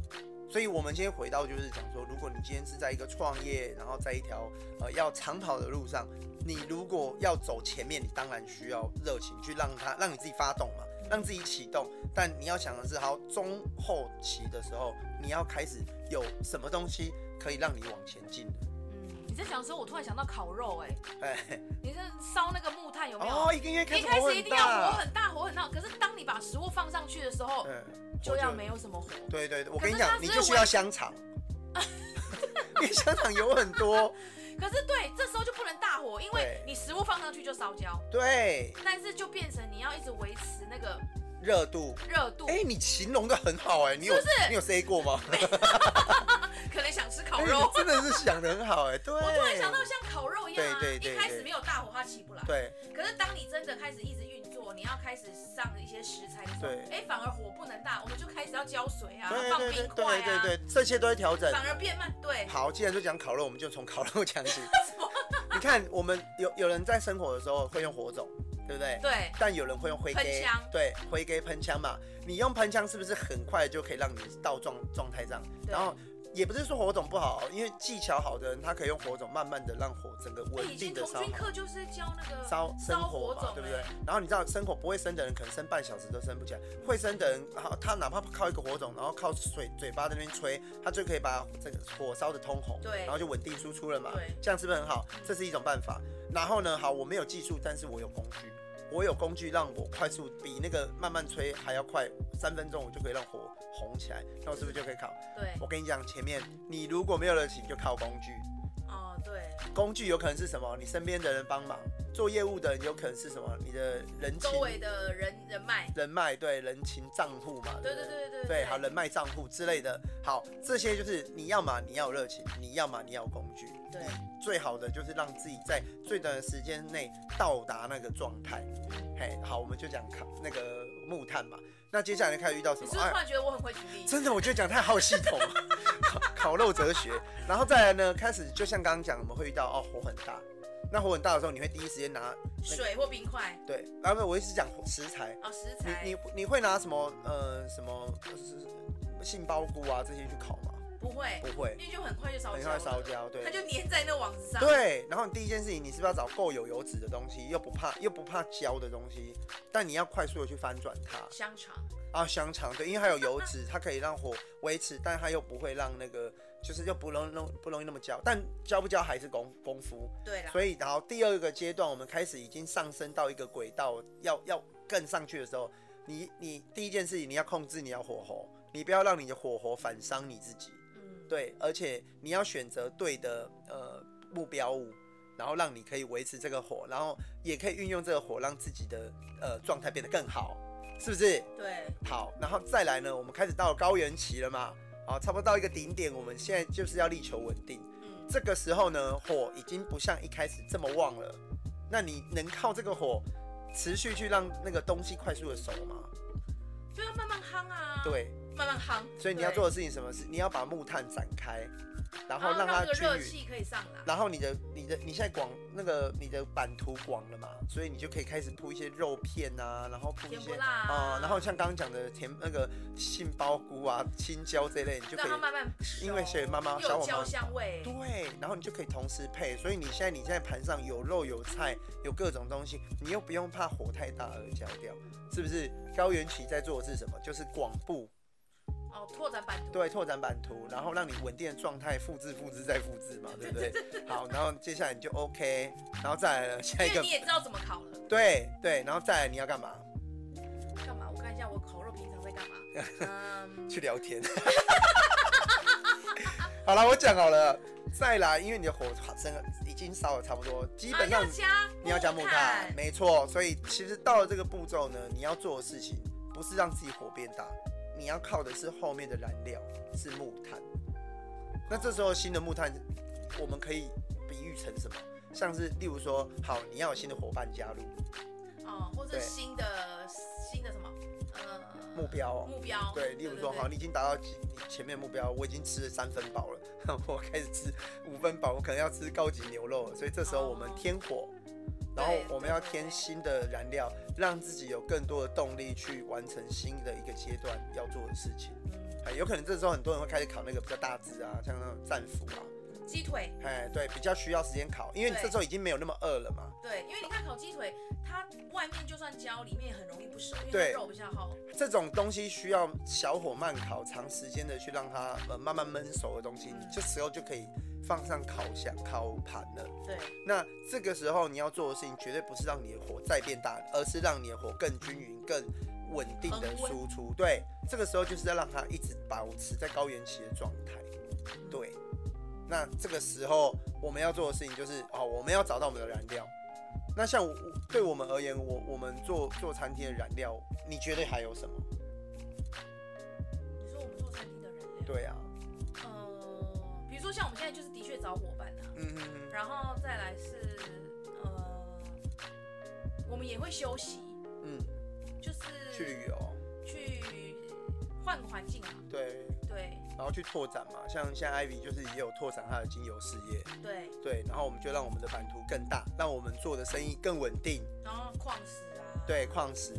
Speaker 1: 所以，我们今天回到就是讲说，如果你今天是在一个创业，然后在一条呃要长跑的路上，你如果要走前面，你当然需要热情去让它让你自己发动嘛，让自己启动。但你要想的是，好中后期的时候，你要开始有什么东西可以让你往前进的，
Speaker 2: 嗯，你在讲的时候，我突然想到烤肉、哎，
Speaker 1: 哎，
Speaker 2: 你这烧那个木炭有没有？
Speaker 1: 哦，一个月
Speaker 2: 你
Speaker 1: 开
Speaker 2: 一
Speaker 1: 始
Speaker 2: 开
Speaker 1: 火
Speaker 2: 始一
Speaker 1: 很
Speaker 2: 定要
Speaker 1: 大
Speaker 2: 火很大，火很大。可是当你把食物放上去的时候，
Speaker 1: 嗯，
Speaker 2: 哦就
Speaker 1: 我
Speaker 2: 要没有什么火。
Speaker 1: 对对对，我
Speaker 2: 可
Speaker 1: 跟
Speaker 2: 是
Speaker 1: 你
Speaker 2: 它
Speaker 1: 讲，
Speaker 2: 只
Speaker 1: 你
Speaker 2: 是
Speaker 1: 就需
Speaker 2: 微
Speaker 1: 要香 肠，因为香肠有很多。
Speaker 2: 可是对，这时候就不能大火，因为
Speaker 1: 对
Speaker 2: 你食物放上去就烧焦，
Speaker 1: 对，
Speaker 2: 但是就变成你要一直维持那个
Speaker 1: 热度。
Speaker 2: 热度。
Speaker 1: 哎、你形容的很好哎、你有
Speaker 2: 是不是
Speaker 1: 你有 say 过吗？
Speaker 2: 可能想吃烤
Speaker 1: 哎
Speaker 2: 肉
Speaker 1: 你，真的是想的很好哎、对。
Speaker 2: 我突然想到像烤肉一样啊，
Speaker 1: 对对对
Speaker 2: 一开始
Speaker 1: 对
Speaker 2: 没有大火它起不来。
Speaker 1: 对
Speaker 2: 可是当你真的开始一直运作，你要开始上一些食材的时候，
Speaker 1: 对
Speaker 2: 哎、反而火不能大，我们就开始要浇水啊，
Speaker 1: 对
Speaker 2: 放
Speaker 1: 对
Speaker 2: 冰
Speaker 1: 对
Speaker 2: 块
Speaker 1: 对
Speaker 2: 啊，
Speaker 1: 对对，这些都会调整。
Speaker 2: 反而变慢。对，
Speaker 1: 好，既然就讲烤肉，我们就从烤肉讲 起。你看，我们有有人在生火的时候会用火种，对不对？
Speaker 2: 对，
Speaker 1: 但有人会用灰
Speaker 2: 喷
Speaker 1: 给
Speaker 2: 枪，
Speaker 1: 对，灰给喷枪嘛。你用喷枪是不是很快就可以让你到状状态上？
Speaker 2: 对
Speaker 1: 然后也不是说火种不好，因为技巧好的人，他可以用火种慢慢的让火整个
Speaker 2: 哎
Speaker 1: 稳
Speaker 2: 以前
Speaker 1: 定的
Speaker 2: 童
Speaker 1: 烧
Speaker 2: 军
Speaker 1: 好。
Speaker 2: 课就是在教那个
Speaker 1: 烧生火
Speaker 2: 火
Speaker 1: 嘛，
Speaker 2: 种，
Speaker 1: 对不
Speaker 2: 哎
Speaker 1: 对？？然后你知道生火不会生的人，可能生半小时都生不起来；会生的人，然后他哪怕靠一个火种，然后靠水嘴巴在那边吹，他就可以把这个火烧的通红，
Speaker 2: 对
Speaker 1: 然后就稳定输出了嘛
Speaker 2: 对。
Speaker 1: 这样是不是很好？这是一种办法。然后呢，好，我没有技术，但是我有工具，我有工具让我快速比那个慢慢吹还要快，三分钟我就可以让火红起来，那我是不是就可以烤？
Speaker 2: 对，
Speaker 1: 我跟你讲，前面你如果没有热情，就靠工具。
Speaker 2: 哦，对，
Speaker 1: 工具有可能是什么？你身边的人帮忙，做业务的人有可能是什么？你的人情
Speaker 2: 周、围的人人脉，
Speaker 1: 人脉，对人情账户嘛，
Speaker 2: 对
Speaker 1: 不
Speaker 2: 对对对
Speaker 1: 对，好人脉账户之类的。好，这些就是你要嘛你要有热情，你要嘛你要有工具。
Speaker 2: 对，
Speaker 1: 最好的就是让自己在最短的时间内到达那个状态。嘿，好，我们就讲卡那个木炭嘛。那接下来开始遇到什
Speaker 2: 你
Speaker 1: 么哎
Speaker 2: 是？不是突然觉得我很会举例？
Speaker 1: 真的，我觉得讲太好系统了， 烤烤肉哲学。然后再来呢，开始就像刚刚讲，我们会遇到哦火很大，那火很大的时候，你会第一时间拿
Speaker 2: 水或冰块
Speaker 1: 对，啊不，我一直讲食材，
Speaker 2: 哦，食材
Speaker 1: 你你你会拿什么呃什么就是杏鲍菇啊这些去烤吗？
Speaker 2: 不会
Speaker 1: 不，会，
Speaker 2: 因为就很快就烧
Speaker 1: 很
Speaker 2: 焦了，
Speaker 1: 快烧焦，对
Speaker 2: 它。就粘在那网子上。
Speaker 1: 对，然后你第一件事情，你是不是要找够有油脂的东西，又不怕又不怕焦的东西，但你要快速的去翻转它。
Speaker 2: 香肠，
Speaker 1: 啊，香肠对，因为它有油脂，它可以让火维持，但它又不会让那个，就是又不容易弄不容易那么焦，但焦不焦还是功功夫。
Speaker 2: 对啊啦，
Speaker 1: 所以，然后第二个阶段，我们开始已经上升到一个轨道，要要更上去的时候，你你第一件事情你要控制你要火候，你不要让你的火候反伤你自己。
Speaker 2: 嗯，
Speaker 1: 对，而且你要选择对的呃目标物，然后让你可以维持这个火，然后也可以运用这个火让自己的呃状态变得更好，是不是？
Speaker 2: 对，
Speaker 1: 好，然后再来呢，我们开始到了高原期了嘛，好，差不多到一个顶点，我们现在就是要力求稳定。
Speaker 2: 嗯，
Speaker 1: 这个时候呢，火已经不像一开始这么旺了，那你能靠这个火持续去让那个东西快速的熟吗？
Speaker 2: 就要慢慢夯啊，，
Speaker 1: 对，
Speaker 2: 慢慢夯。
Speaker 1: 所以你
Speaker 2: 对
Speaker 1: 要做，的事情什么事？你要把木炭展开，然
Speaker 2: 然
Speaker 1: 后让它
Speaker 2: 哦这个
Speaker 1: 均
Speaker 2: 热
Speaker 1: 匀。
Speaker 2: 气可以上来。
Speaker 1: 然后你的、你的、你现在广那个你的版图广了嘛，所以你就可以开始铺一些肉片啊，然后铺一
Speaker 2: 甜
Speaker 1: 些
Speaker 2: 不辣啊
Speaker 1: 呃然后像刚刚讲的甜那个杏鲍菇啊、青椒这类，你就可
Speaker 2: 让它
Speaker 1: 以
Speaker 2: 慢慢熟，
Speaker 1: 因为所以妈妈
Speaker 2: 又
Speaker 1: 小
Speaker 2: 有
Speaker 1: 我妈
Speaker 2: 焦香味，
Speaker 1: 对，然后你就可以同时配。所以你现在你现在盘上有肉有菜有各种东西，你又不用怕火太大而焦掉，是不是？高原期在做的是什么？就是广布，
Speaker 2: 哦，拓展版图，
Speaker 1: 对，拓展版图，然后让你稳定的状态复制、复制再复制嘛，对不 对？好，然后接下来你就 OK，然后再来了下一
Speaker 2: 因为
Speaker 1: 个
Speaker 2: 你，也知道怎么烤了。
Speaker 1: 对对，然后再来你要干嘛？
Speaker 2: 干嘛？我看一下我烤肉平常在 干嘛。嗯，
Speaker 1: 去聊天。 好了，我讲好了，再来，因为你的火真的已经烧的差不多，基本上
Speaker 2: 啊要加
Speaker 1: 你要加木炭，
Speaker 2: 炭，
Speaker 1: 没错。所以其实到了这个步骤呢，你要做的事情不是让自己火变大，你要靠的是后面的燃料是木炭。那这时候新的木炭，我们可以比喻成什么？像是例如说，好，你要有新的伙伴加入
Speaker 2: 哦，或者
Speaker 1: 对
Speaker 2: 新的新的什么，呃，
Speaker 1: 目标哦。
Speaker 2: 目标，
Speaker 1: 对，例如说，
Speaker 2: 对
Speaker 1: 好，你已经达到几你前面目标，我已经吃了三分饱了， 我开始吃五分饱，我可能要吃高级牛肉了，所以这时候我们
Speaker 2: 哦
Speaker 1: 添火，然后
Speaker 2: 对
Speaker 1: 我们
Speaker 2: 对
Speaker 1: 要
Speaker 2: 对
Speaker 1: 添
Speaker 2: 对
Speaker 1: 新的燃料，让自己有更多的动力去完成新的一个阶段要做的事情。
Speaker 2: 嗯
Speaker 1: 哎，有可能这时候很多人会开始烤那个比较大只啊，像那种战斧啊，
Speaker 2: 鸡腿，
Speaker 1: 哎，对，比较需要时间烤，因为你这
Speaker 2: 对
Speaker 1: 时候已经没有那么饿了嘛。
Speaker 2: 对，因为你看烤鸡腿，它外面就算焦，里面也很容易不熟，因
Speaker 1: 对
Speaker 2: 为它肉比较厚。
Speaker 1: 这种东西需要小火慢烤，长时间的去让它呃慢慢焖熟的东西，你这时候就可以放上烤箱、烤盘了。
Speaker 2: 对，
Speaker 1: 那这个时候你要做的事情，绝对不是让你的火再变大，而是让你的火更均匀、更稳定的输出。对，这个时候就是要让它一直保持在高原期的状态。对，那这个时候我们要做的事情就是，哦，我们要找到我们的燃料。那像我对我们而言，我我们做做餐厅的燃料，你觉得还有什么？
Speaker 2: 你说我们做餐厅的人类，
Speaker 1: 对啊，
Speaker 2: 呃，比如说像我们现在就是的确找伙伴啊，
Speaker 1: 嗯哼哼，
Speaker 2: 然后再来是呃，我们也会休息，
Speaker 1: 嗯，
Speaker 2: 就是
Speaker 1: 去旅游，
Speaker 2: 去换个环境啊，
Speaker 1: 对，
Speaker 2: 对
Speaker 1: 然后去拓展嘛，像现在 Ivy 就是也有拓展她的精油事业，
Speaker 2: 对，
Speaker 1: 对，然后我们就让我们的版图更大，让我们做的生意更稳定，
Speaker 2: 然后矿石啊，
Speaker 1: 对，矿石，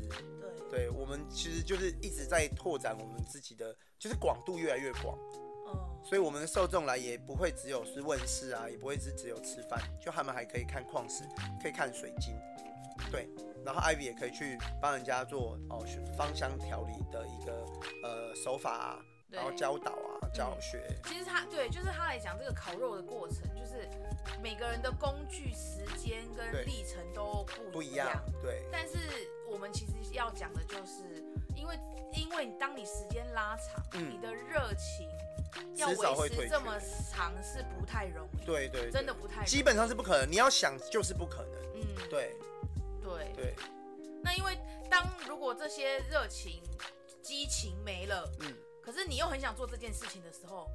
Speaker 2: 对，
Speaker 1: 对我们其实就是一直在拓展我们自己的，就是广度越来越广，
Speaker 2: 嗯哦，
Speaker 1: 所以我们的受众来也不会只有是问世啊，也不会是只有吃饭，就他们还可以看矿石，可以看水晶，对。然后艾比也可以去帮人家做哦芳香调理的一个呃手法啊，
Speaker 2: 对
Speaker 1: 然后教导啊教学，
Speaker 2: 其实他对，就是他来讲这个烤肉的过程，就是每个人的工具、时间
Speaker 1: 对
Speaker 2: 跟历程都嗯不
Speaker 1: 不
Speaker 2: 一
Speaker 1: 一样，对
Speaker 2: 但是我们其实要讲的就是，因为因为你当你时间拉长，
Speaker 1: 嗯
Speaker 2: 你的热情要
Speaker 1: 迟早会
Speaker 2: 维
Speaker 1: 退却
Speaker 2: 持这么长是不太容易，
Speaker 1: 对对，对
Speaker 2: 真的不太容易
Speaker 1: 基本上是不可能，你要想就是不可能，
Speaker 2: 嗯，
Speaker 1: 对
Speaker 2: 对
Speaker 1: 对，
Speaker 2: 那因为当如果这些热情、激情没了，
Speaker 1: 嗯
Speaker 2: 可是你又很想做这件事情的时候，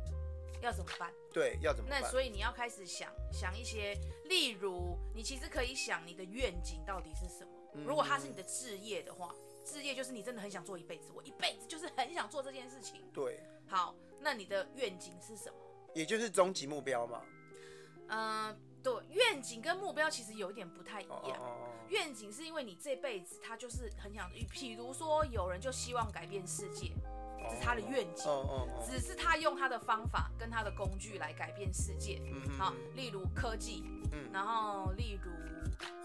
Speaker 2: 要怎么办？
Speaker 1: 对，要怎么
Speaker 2: 那
Speaker 1: 办？
Speaker 2: 所以你要开始想想一些，例如你其实可以想你的愿景到底是什么。
Speaker 1: 嗯
Speaker 2: 如果它是你的置业的话，置业就是你真的很想做一辈子，我一辈子就是很想做这件事情。
Speaker 1: 对，
Speaker 2: 好，那你的愿景是什么？
Speaker 1: 也就是终极目标嘛，
Speaker 2: 嗯、对，愿景跟目标其实有一点不太一
Speaker 1: 哦哦
Speaker 2: 样。
Speaker 1: 哦哦，
Speaker 2: 愿景是因为你这辈子他就是很想，譬如说有人就希望改变世界，这是他的愿景
Speaker 1: 哦哦哦，
Speaker 2: 只是他用他的方法跟他的工具来改变世界。
Speaker 1: 嗯嗯
Speaker 2: 好，例如科技，
Speaker 1: 嗯
Speaker 2: 然后例如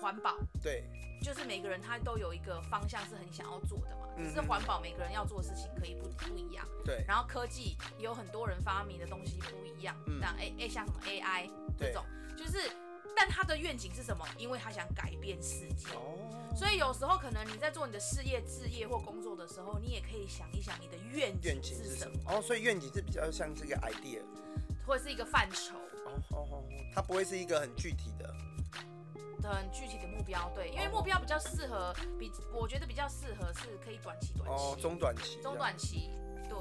Speaker 2: 环保，
Speaker 1: 对，
Speaker 2: 就是每个人他都有一个方向是很想要做的
Speaker 1: 嗯
Speaker 2: 嘛。只是环保每个人要做的事情可以不不一样，
Speaker 1: 对
Speaker 2: 然后科技也有很多人发明的东西不一样
Speaker 1: 嗯，
Speaker 2: 像 A A 像什么 AI
Speaker 1: 对
Speaker 2: 这种，就是但他的愿景是什么？因为他想改变世界。
Speaker 1: 哦，
Speaker 2: 所以有时候可能你在做你的事业、置业或工作的时候，你也可以想一想你的愿
Speaker 1: 愿
Speaker 2: 景
Speaker 1: 景
Speaker 2: 是
Speaker 1: 是
Speaker 2: 什
Speaker 1: 什
Speaker 2: 么，
Speaker 1: 么？哦，所以愿景是比较像这个 idea，
Speaker 2: 或者是一个范畴。
Speaker 1: 哦哦哦，它不会是一个很具体的，
Speaker 2: 很具体的目标，对，因为
Speaker 1: 哦
Speaker 2: 目标比较适合，比我觉得比较适合是可以短期、短期、
Speaker 1: 哦，中短期，
Speaker 2: 中短期，对。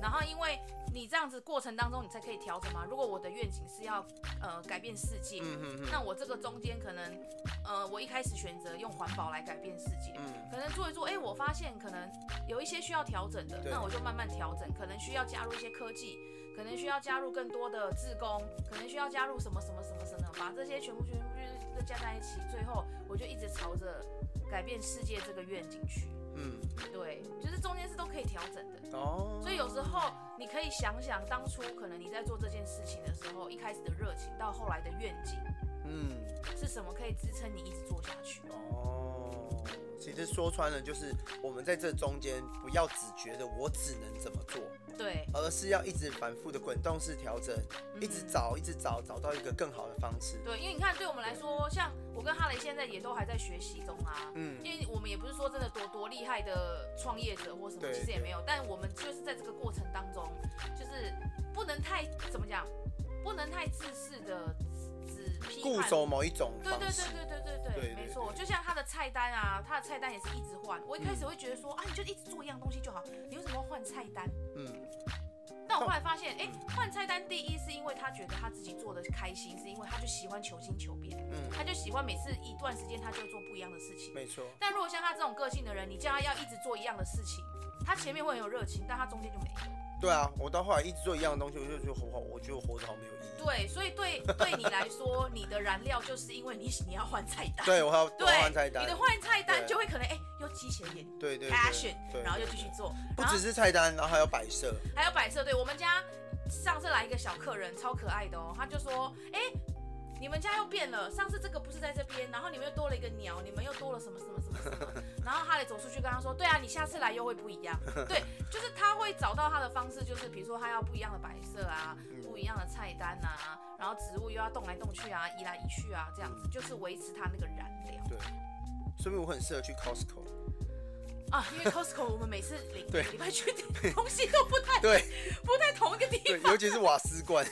Speaker 2: 然后因为你这样子过程当中，你才可以调整嘛。如果我的愿景是要呃改变世界，
Speaker 1: 这样，嗯嗯
Speaker 2: 那我这个中间可能呃我一开始选择用环保来改变世界，
Speaker 1: 嗯
Speaker 2: 可能做一做，哎、我发现可能有一些需要调整的，
Speaker 1: 对
Speaker 2: 那我就慢慢调整，可能需要加入一些科技，可能需要加入更多的志工，可能需要加入什么什么什么什么，把这些全部全部就是加在一起，最后我就一直朝着改变世界这个愿景去。
Speaker 1: 嗯
Speaker 2: 对，就是中间是都可以调整的。
Speaker 1: 嗯，哦，
Speaker 2: 所以有时候你可以想想，当初可能你在做这件事情的时候，一开始的热情到后来的愿景
Speaker 1: 嗯。
Speaker 2: 是什么，可以支撑你一直做下去。
Speaker 1: 哦，其实说穿了，就是我们在这中间不要只觉得我只能怎么做，
Speaker 2: 对，
Speaker 1: 而是要一直反复的滚动式调整，一直
Speaker 2: 嗯
Speaker 1: 找，一直找，找到一个更好的方式。
Speaker 2: 对，因为你看，对我们来说，像我跟哈雷现在也都还在学习中啊。
Speaker 1: 嗯，
Speaker 2: 因为我们也不是说真的多多厉害的创业者或什么，
Speaker 1: 对
Speaker 2: 其实也没有，但我们就是在这个过程当中，就是不能太怎么讲，不能太自私的只批
Speaker 1: 固
Speaker 2: 判。
Speaker 1: 守某一种
Speaker 2: 对
Speaker 1: 方
Speaker 2: 对
Speaker 1: 式。
Speaker 2: 对对对对
Speaker 1: 对对
Speaker 2: 对，没错，就像他的菜单啊，他的菜单也是一直换。我一开始会觉得说，啊，你就一直做一样东西就好，你为什么要换菜单？
Speaker 1: 嗯，
Speaker 2: 但我后来发现，哎，换菜单第一是因为他觉得他自己做的开心，是因为他就喜欢求新求变。
Speaker 1: 嗯，
Speaker 2: 他就喜欢每次一段时间他就会做不一样的事情。
Speaker 1: 没错。
Speaker 2: 但如果像他这种个性的人，你叫他要一直做一样的事情，他前面会很有热情，但他中间就没有。
Speaker 1: 对啊，我到后来一直做一样的东西，我就觉得活，我觉得活得好没有意义。
Speaker 2: 对，所以对对你来说，你的燃料就是因为你你要换菜单，
Speaker 1: 对，我还要
Speaker 2: 对
Speaker 1: 多换菜单
Speaker 2: 你的。换菜单
Speaker 1: 对
Speaker 2: 就会可能哎又激起了你的
Speaker 1: 对对对
Speaker 2: passion，
Speaker 1: 对
Speaker 2: 然后又继续做，
Speaker 1: 不
Speaker 2: 然后
Speaker 1: 只是菜单，然后还有摆设。
Speaker 2: 还有摆设。对我们家上次来一个小客人，超可爱的哦，他就说，哎、你们家又变了，上次这个不是在这边，然后你们又多了一个鸟，你们又多了什么什么什么什 么，然后哈雷走出去跟他说，对啊，你下次来又会不一样，对，就是他会找到他的方式，就是比如说他要不一样的摆设啊，
Speaker 1: 嗯
Speaker 2: 不一样的菜单啊，然后植物又要动来动去啊，移来移去啊，这样子
Speaker 1: 嗯
Speaker 2: 就是维持他那个燃料
Speaker 1: 对，说明我很适合去 Costco。
Speaker 2: 啊，因为 Costco 我们每次礼
Speaker 1: 对
Speaker 2: 礼拜去的东西都不太
Speaker 1: 对。
Speaker 2: 不在同一个地
Speaker 1: 对，尤其是瓦斯罐，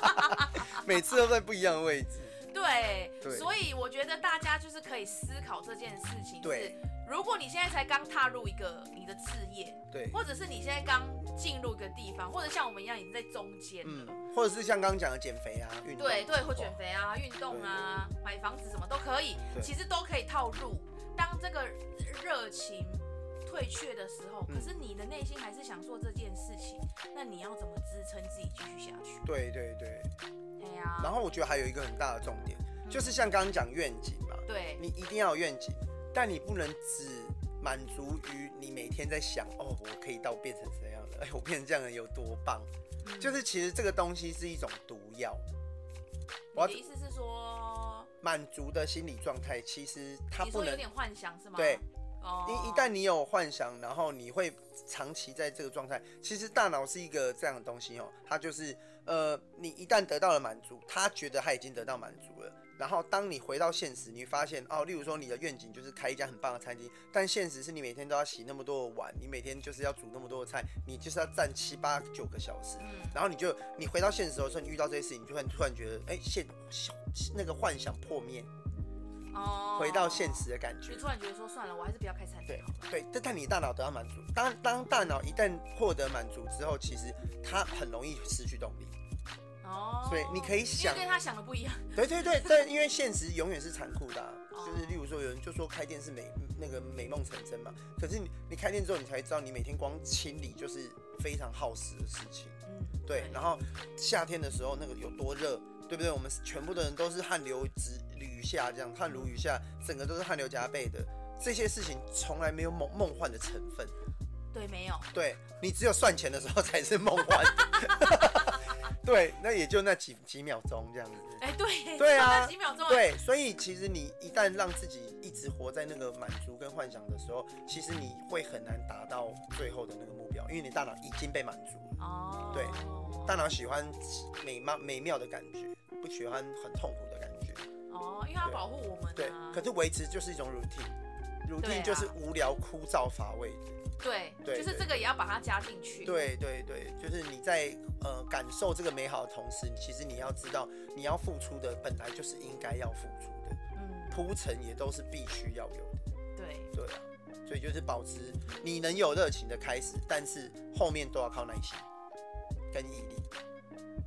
Speaker 1: 每次都在不一样的位置。
Speaker 2: 对，
Speaker 1: 对
Speaker 2: 所以我觉得大家就是可以思考这件事情。
Speaker 1: 对，
Speaker 2: 如果你现在才刚踏入一个你的置业，
Speaker 1: 对，
Speaker 2: 或者是你现在刚进入一个地方，或者像我们一样已经在中间了。
Speaker 1: 嗯，或者是像刚刚讲的减肥啊，运动，
Speaker 2: 对对，或减，肥啊、运动啊、买房子什么都可以，
Speaker 1: 对
Speaker 2: 其实都可以套入。当这个热情退却的时候，
Speaker 1: 嗯
Speaker 2: 可是你的内心还是想做这件事情，那你要怎么支撑自己继续下去？
Speaker 1: 对对对。
Speaker 2: 哎呀、
Speaker 1: 然后我觉得还有一个很大的重点，
Speaker 2: 嗯
Speaker 1: 就是像刚刚讲愿景嘛，
Speaker 2: 对
Speaker 1: 你一定要有愿景，但你不能只满足于你每天在想，哦，我可以到变成这样了， 哎，我变成这样了有多棒？
Speaker 2: 嗯
Speaker 1: 就是其实这个东西是一种毒药。我
Speaker 2: 我
Speaker 1: 要
Speaker 2: 的意思是说，
Speaker 1: 满足的心理状态，其实它
Speaker 2: 你
Speaker 1: 不
Speaker 2: 说有
Speaker 1: 能
Speaker 2: 点幻想是吗？
Speaker 1: 对，
Speaker 2: 哦，
Speaker 1: 一一旦你有幻想，然后你会长期在这个状态。其实大脑是一个这样的东西哦，它就是呃，你一旦得到了满足，他觉得他已经得到满足了。然后当你回到现实，你会发现哦，例如说你的愿景就是开一家很棒的餐厅，但现实是你每天都要洗那么多的碗，你每天就是要煮那么多的菜，你就是要站七八九个小时。
Speaker 2: 嗯，
Speaker 1: 然后你就你回到现实的时候，你遇到这些事情，你就会突然觉得，哎，现那个幻想破灭，
Speaker 2: 哦，
Speaker 1: 回到现，实的感觉
Speaker 2: 就。突然觉得说算了，我还是不要开餐厅
Speaker 1: 对
Speaker 2: 好了。
Speaker 1: 对，但但你大脑得到满足，当当大脑一旦获得满足之后，其实它很容易失去动力。
Speaker 2: 哦，
Speaker 1: 所以你可以想
Speaker 2: 因为跟他想的不一样。
Speaker 1: 对对对对，因为现实永远是残酷的啊、
Speaker 2: 哦
Speaker 1: 就是例如说有人就说开店是美嗯那个美梦成真嘛，可是你你开店之后，你才知道你每天光清理就是非常耗时的事情。
Speaker 2: 嗯，
Speaker 1: 对，然后夏天的时候那个有多热，对不对？我们全部的人都是汗流直雨下，这样汗如雨下，整个都是汗流浃背的。这些事情从来没有梦梦幻的成分。
Speaker 2: 对，没有，
Speaker 1: 对你只有算钱的时候才是梦 幻。对，那也就那几几秒钟这样子。
Speaker 2: 哎，对，
Speaker 1: 对啊
Speaker 2: 差那几秒钟，，
Speaker 1: 对，所以其实你一旦让自己一直活在那个满足跟幻想的时候，其实你会很难达到最后的那个目标，因为你大脑已经被满足了。
Speaker 2: 哦，
Speaker 1: 对大脑喜欢美妙美妙的感觉，不喜欢很痛苦的感觉。
Speaker 2: 哦，因为他保护我们
Speaker 1: 对，
Speaker 2: 啊，
Speaker 1: 可是维持就是一种 routine，routine、
Speaker 2: 对啊
Speaker 1: 就是无聊、枯燥、乏味的。
Speaker 2: 对，
Speaker 1: 对
Speaker 2: 就是这个也要把它加进去，，
Speaker 1: 对对对，就是你在呃感受这个美好的同时，其实你要知道，你要付出的本来就是应该要付出的，
Speaker 2: 嗯，
Speaker 1: 铺陈也都是必须要有的，
Speaker 2: 对，
Speaker 1: 对啊。所以就是保持你能有热情的开始，但是后面都要靠耐心跟毅力。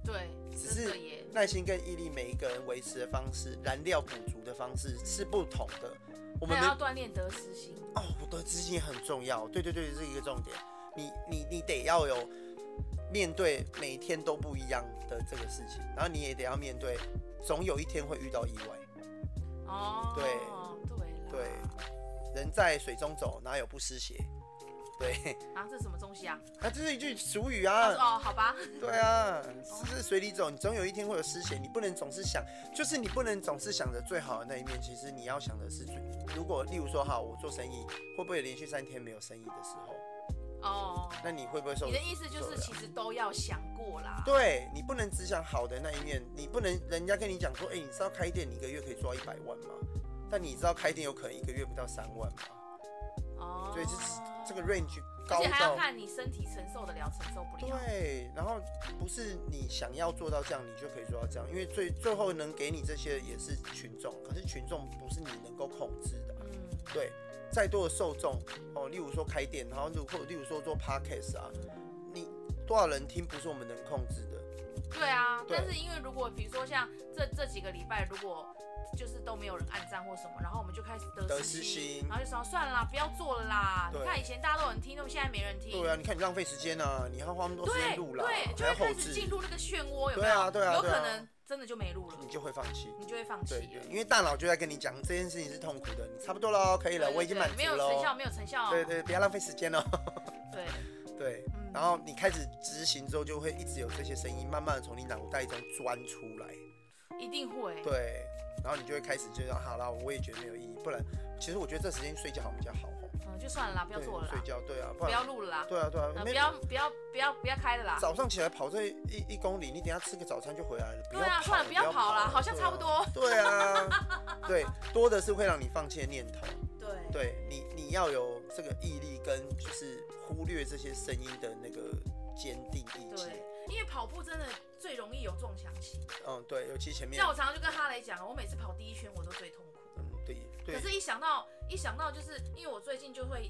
Speaker 2: 对，
Speaker 1: 只
Speaker 2: 真的
Speaker 1: 是
Speaker 2: 耶，
Speaker 1: 耐心跟毅力，每一个人维持的方式、燃料补足的方式是不同的。我们
Speaker 2: 还
Speaker 1: 没
Speaker 2: 要锻炼得失心，
Speaker 1: 哦，我的自信也很重要，对对对，这是一个重点。你你你得要有面对每天都不一样的这个事情，然后你也得要面对，总有一天会遇到意外。
Speaker 2: 哦，
Speaker 1: 对
Speaker 2: 对
Speaker 1: 对
Speaker 2: 啦
Speaker 1: 人在水中走，哪有不湿鞋？对，
Speaker 2: 啊，这是什么东西啊？
Speaker 1: 啊，这是一句俗语
Speaker 2: 他说
Speaker 1: 啊，
Speaker 2: 哦，好吧，
Speaker 1: 对啊，是水里走，你总有一天会有湿鞋，你不能总是想，就是你不能总是想着最好的那一面，其实你要想的是最，如果例如说哈，我做生意，会不会连续三天没有生意的时候，
Speaker 2: 哦，
Speaker 1: 那你会不会受？
Speaker 2: 你的意思就
Speaker 1: 受得
Speaker 2: 是
Speaker 1: 了
Speaker 2: 其实都要想过啦，
Speaker 1: 对你不能只想好的那一面，你不能人家跟你讲说，哎、你知道开店你一个月可以做到一百万吗？但你知道开店有可能一个月不到三万吗？
Speaker 2: 哦，
Speaker 1: 所以这这个 range
Speaker 2: 而
Speaker 1: 高
Speaker 2: 且还要
Speaker 1: 到
Speaker 2: 看你身体承受得了，承受不了。
Speaker 1: 对，然后不是你想要做到这样，你就可以做到这样，因为最最后能给你这些也是群众，可是群众不是你能够控制的。
Speaker 2: 嗯，
Speaker 1: 对，再多的受众哦，例如说开店，然后如果例如说做 podcast 啊，你多少人听不是我们能控制的。
Speaker 2: 对啊。
Speaker 1: 对
Speaker 2: 但是因为如果比如说像这这几个礼拜，如果就是都没有人按赞或什么，然后我们就开始得
Speaker 1: 得失
Speaker 2: 失心，
Speaker 1: 心
Speaker 2: 然后就说算了啦，不要做了啦。
Speaker 1: 对
Speaker 2: 你看以前大家都有人听，那么现在没人听。
Speaker 1: 对啊，你看你浪费时间啊，你还要花那么多时
Speaker 2: 对
Speaker 1: 间录啦，
Speaker 2: 对，就
Speaker 1: 还要
Speaker 2: 会
Speaker 1: 后
Speaker 2: 开始
Speaker 1: 置，
Speaker 2: 进入那个漩涡，有没有？
Speaker 1: 对啊对啊
Speaker 2: 有
Speaker 1: 对啊
Speaker 2: 可能真的就没路了，
Speaker 1: 你就会放弃。
Speaker 2: 你就会放弃
Speaker 1: 对
Speaker 2: 了。
Speaker 1: 对，因为大脑就在跟你讲这件事情是痛苦的，你差不多了，可以
Speaker 2: 对
Speaker 1: 了，
Speaker 2: 对
Speaker 1: 我已经
Speaker 2: 对
Speaker 1: 满足
Speaker 2: 没有
Speaker 1: 了
Speaker 2: 成效，
Speaker 1: 哦。
Speaker 2: 没有成效。
Speaker 1: 对对，不要浪费时间了。
Speaker 2: 对，
Speaker 1: 对，
Speaker 2: 嗯
Speaker 1: 然后你开始执行之后，就会一直有这些声音，慢慢的从你脑袋中钻出来。
Speaker 2: 一定会。
Speaker 1: 对，然后你就会开始就说，好啦，我也觉得没有意义。不然，其实我觉得这时间睡觉好比较好哦。
Speaker 2: 嗯，就算了啦，不要
Speaker 1: 对
Speaker 2: 做了
Speaker 1: 睡
Speaker 2: 啦，
Speaker 1: 觉，对啊，不
Speaker 2: 不要
Speaker 1: 然，
Speaker 2: 录了啦，
Speaker 1: 对啊对啊，
Speaker 2: 呃，不
Speaker 1: 没
Speaker 2: 要不要不要不要开了啦。
Speaker 1: 早上起来跑这一一公里，你等一下吃个早餐就回来了。不
Speaker 2: 对
Speaker 1: 要
Speaker 2: 啊，
Speaker 1: 跑
Speaker 2: 算了，不要跑了，好像差不。多。
Speaker 1: 对啊，对，多的是会让你放弃的念头。
Speaker 2: 对
Speaker 1: 对你，你要有这个毅力跟就是忽略这些声音的那个坚定意志。
Speaker 2: 对，因为跑步真的最容易有撞墙期。
Speaker 1: 嗯，对，尤其前面
Speaker 2: 像，我常常就跟哈雷讲，我每次跑第一圈我都最痛苦，
Speaker 1: 嗯，对
Speaker 2: 可
Speaker 1: 对
Speaker 2: 是，一想到一想到就是因为我最近就会，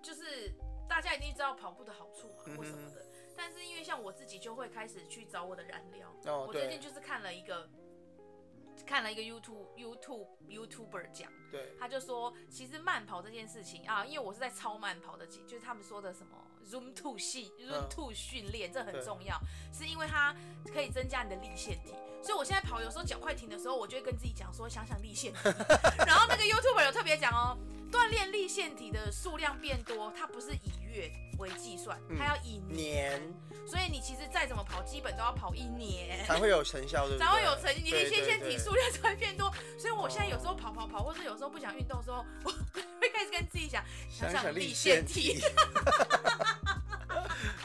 Speaker 2: 就是大家一定知道跑步的好处嘛
Speaker 1: 嗯哼
Speaker 2: 或什么的，但是因为像我自己就会开始去找我的燃料。
Speaker 1: 哦
Speaker 2: 我最
Speaker 1: 对
Speaker 2: 近就是看了一个。看了一个 YouTube YouTube YouTuber 讲，
Speaker 1: 对，
Speaker 2: 他就说，其实慢跑这件事情啊，因为我是在超慢跑的，就是他们说的什么 Zoom Two 系 Zoom Two 训练，这很
Speaker 1: 嗯对
Speaker 2: 重要，是因为它可以增加你的立腺体。所以我现在 跑，有时候脚快停的时候，我就会跟自己讲说，想想立腺体。然后那个 YouTuber 有特别讲哦，锻炼力腺体的数量变多，它不是以月为计算，
Speaker 1: 嗯
Speaker 2: 它要以年，
Speaker 1: 年
Speaker 2: 所以你其实再怎么跑，基本都要跑一年。
Speaker 1: 才会有成效，对不对？
Speaker 2: 才会有成，你
Speaker 1: 对对
Speaker 2: 的腺腺
Speaker 1: 对
Speaker 2: 体数量才会变多，所以我现在有时候跑跑跑，或是有时候不想运动的时候， 我会开始跟自己讲，
Speaker 1: 想
Speaker 2: 想
Speaker 1: 想
Speaker 2: 立
Speaker 1: 立
Speaker 2: 腺
Speaker 1: 腺体，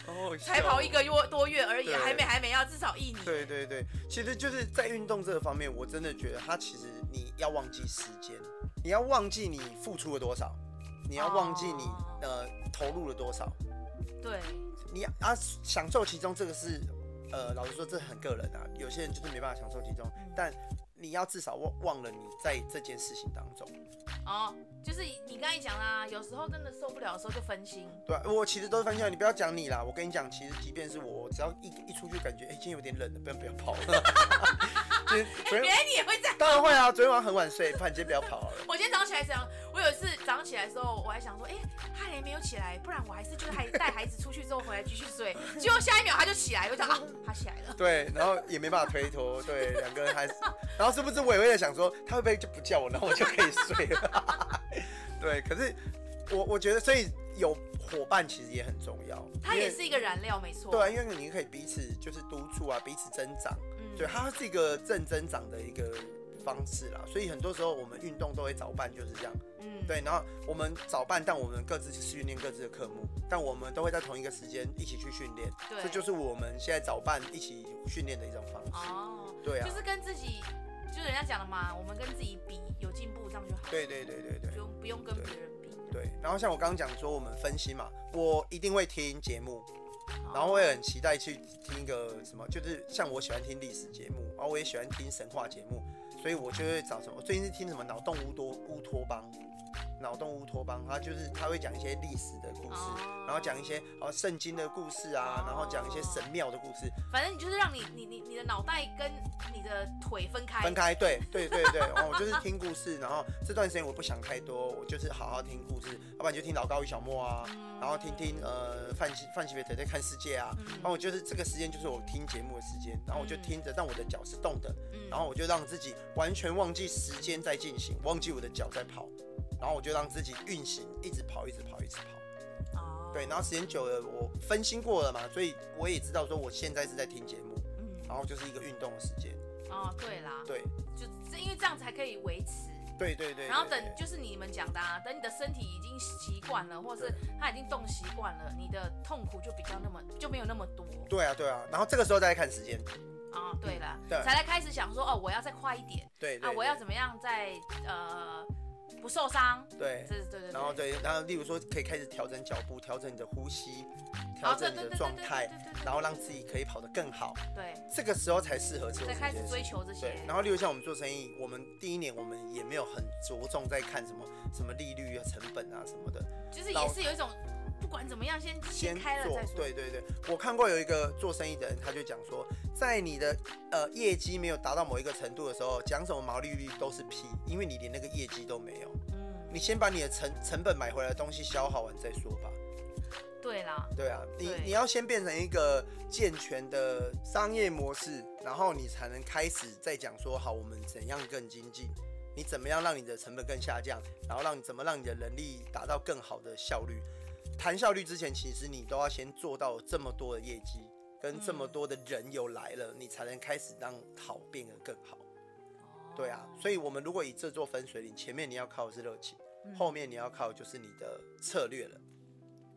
Speaker 1: 哦，
Speaker 2: 才跑一个多多月而已，
Speaker 1: 对
Speaker 2: 还没还没要至少一年。
Speaker 1: 对对对，其实就是在运动这个方面，我真的觉得它其实你要忘记时间，你要忘记你付出了多少，你要忘记你、
Speaker 2: 哦
Speaker 1: 呃投入了多少，
Speaker 2: 对，
Speaker 1: 你啊享受其中这个是呃老实说这很个人啊，有些人就是没办法享受其中，但你要至少忘忘了你在这件事情当中。
Speaker 2: 哦，就是你刚才讲啦，有时候真的受不了的时候就分心，
Speaker 1: 对、啊，我其实都是分享，你不要讲你啦。我跟你讲，其实即便是我，只要一一出去，感觉哎、今天有点冷了，不要不要跑了。 今天昨
Speaker 2: 原
Speaker 1: 天
Speaker 2: 来你也会这样。
Speaker 1: 当然会啊，昨天晚上很晚睡，怕你今天不要跑了。
Speaker 2: 我今天早上起来想，我有一次早上起来的时候，我还想说，哎、哈雷没有起来，不然我还是就是还带孩子出去之后回来继续睡。结果下一秒他就起来，我就想啊，他起来了。
Speaker 1: 对，然后也没办法推脱，对，两个人还是，然后是不是伟伟的想说他会不会就不叫我，然后我就可以睡了？对，可是我我觉得，所以有伙伴其实也很重要，
Speaker 2: 他也
Speaker 1: 因为
Speaker 2: 是一个燃料，没错。
Speaker 1: 对啊，，因为你可以彼此就是督促啊，彼此增长，
Speaker 2: 嗯
Speaker 1: 对，它是一个正增长的一个方式啦。所以很多时候我们运动都会早办就是这样，
Speaker 2: 嗯，
Speaker 1: 对，然后我们早办，但我们各自训练各自的科目，但我们都会在同一个时间一起去训练，
Speaker 2: 对
Speaker 1: 这就是我们现在早办一起训练的一种方式。
Speaker 2: 哦，
Speaker 1: 对啊，
Speaker 2: 就是跟自己，就是人家讲的嘛，我们跟自己比有进步，这样就好，
Speaker 1: 对对对对
Speaker 2: 不
Speaker 1: 对
Speaker 2: 用不用跟别人比。
Speaker 1: 对。然后像我刚刚讲说，我们分析嘛，我一定会听节目，
Speaker 2: 哦
Speaker 1: 然后我也很期待去听一个什么，就是像我喜欢听历史节目，然后我也喜欢听神话节目，所以我就会找什么，我最近是听什么脑洞乌多乌托邦。脑洞乌托邦，他就是他会讲一些历史的故事，
Speaker 2: 哦
Speaker 1: 然后讲一些哦圣经的故事啊，然后讲一些神庙的故事，
Speaker 2: 反正你就是让你你你你的脑袋跟你的腿分开，
Speaker 1: 分开，对对对对，然后我就是听故事，然后这段时间我不想太多，我就是好好听故事，要不然就听老高与小莫啊，
Speaker 2: 嗯
Speaker 1: 然后听听呃范西范西北腿在看世界啊，
Speaker 2: 嗯
Speaker 1: 然后我就是这个时间就是我听节目的时间，然后我就听着，让我的脚是动的，
Speaker 2: 嗯
Speaker 1: 然后我就让自己完全忘记时间在进行，忘记我的脚在跑，然后我就让自己运行，一直跑，一直跑，一直跑，
Speaker 2: 哦
Speaker 1: 对，然后时间久了我分心过了嘛，所以我也知道说我现在是在听节目，
Speaker 2: 嗯
Speaker 1: 然后就是一个运动的时间，
Speaker 2: 哦对啦，
Speaker 1: 哦对
Speaker 2: 就是因为这样才可以维持。
Speaker 1: 对对对，
Speaker 2: 然后
Speaker 1: 对
Speaker 2: 等
Speaker 1: 对
Speaker 2: 就是你们讲的、啊，等你的身体已经习惯了，或是它已经动习惯了，你的痛苦就比较那么就没有那么多
Speaker 1: 对啊，对啊，然后这个时候再来看时间，
Speaker 2: 啊。对啦，
Speaker 1: 嗯对
Speaker 2: 才来开始想说哦，我要再快一点
Speaker 1: 对对
Speaker 2: 啊，我要怎
Speaker 1: 么
Speaker 2: 么样再呃不受伤，
Speaker 1: 对
Speaker 2: 这，是对对对。
Speaker 1: 然后对，然后例如说可以开始调整脚步，调整你的呼吸，调
Speaker 2: 哦对
Speaker 1: 整你的
Speaker 2: 对对对
Speaker 1: 状
Speaker 2: 对
Speaker 1: 态
Speaker 2: 对对对对，
Speaker 1: 然后让自己可以跑得更好，
Speaker 2: 对，
Speaker 1: 这个时候才适合自由
Speaker 2: 再
Speaker 1: 职
Speaker 2: 开
Speaker 1: 业
Speaker 2: 始
Speaker 1: 者
Speaker 2: 追求这些
Speaker 1: 对，，然后例如像我们做生意，我们第一年我们也没有很着重在看什么什么利率啊、成本啊什么的，
Speaker 2: 就是
Speaker 1: 老
Speaker 2: 也是有一种不管怎么样先
Speaker 1: 先
Speaker 2: 开了
Speaker 1: 做
Speaker 2: 再。说。
Speaker 1: 对对对，我看过有一个做生意的人，他就讲说，在你的呃业绩没有达到某一个程度的时候，讲什么毛利率都是屁，因为你连那个业绩都没有。
Speaker 2: 嗯，
Speaker 1: 你先把你的成成本买回来的东西消耗完再说吧。
Speaker 2: 对啦，
Speaker 1: 对啊，你
Speaker 2: 对
Speaker 1: 你要先变成一个健全的商业模式，然后你才能开始再讲说，好，我们怎样更精进，你怎么样让你的成本更下降，然后让你怎么让你的能力达到更好的效率。谈效率之前，其实你都要先做到这么多的业绩，跟这
Speaker 2: 嗯
Speaker 1: 么多的人有来了，你才能开始让好变得更好。对啊，所以我们如果以这做分水岭，前面你要靠的是热情，
Speaker 2: 嗯
Speaker 1: 后面你要靠的就是你的策略了。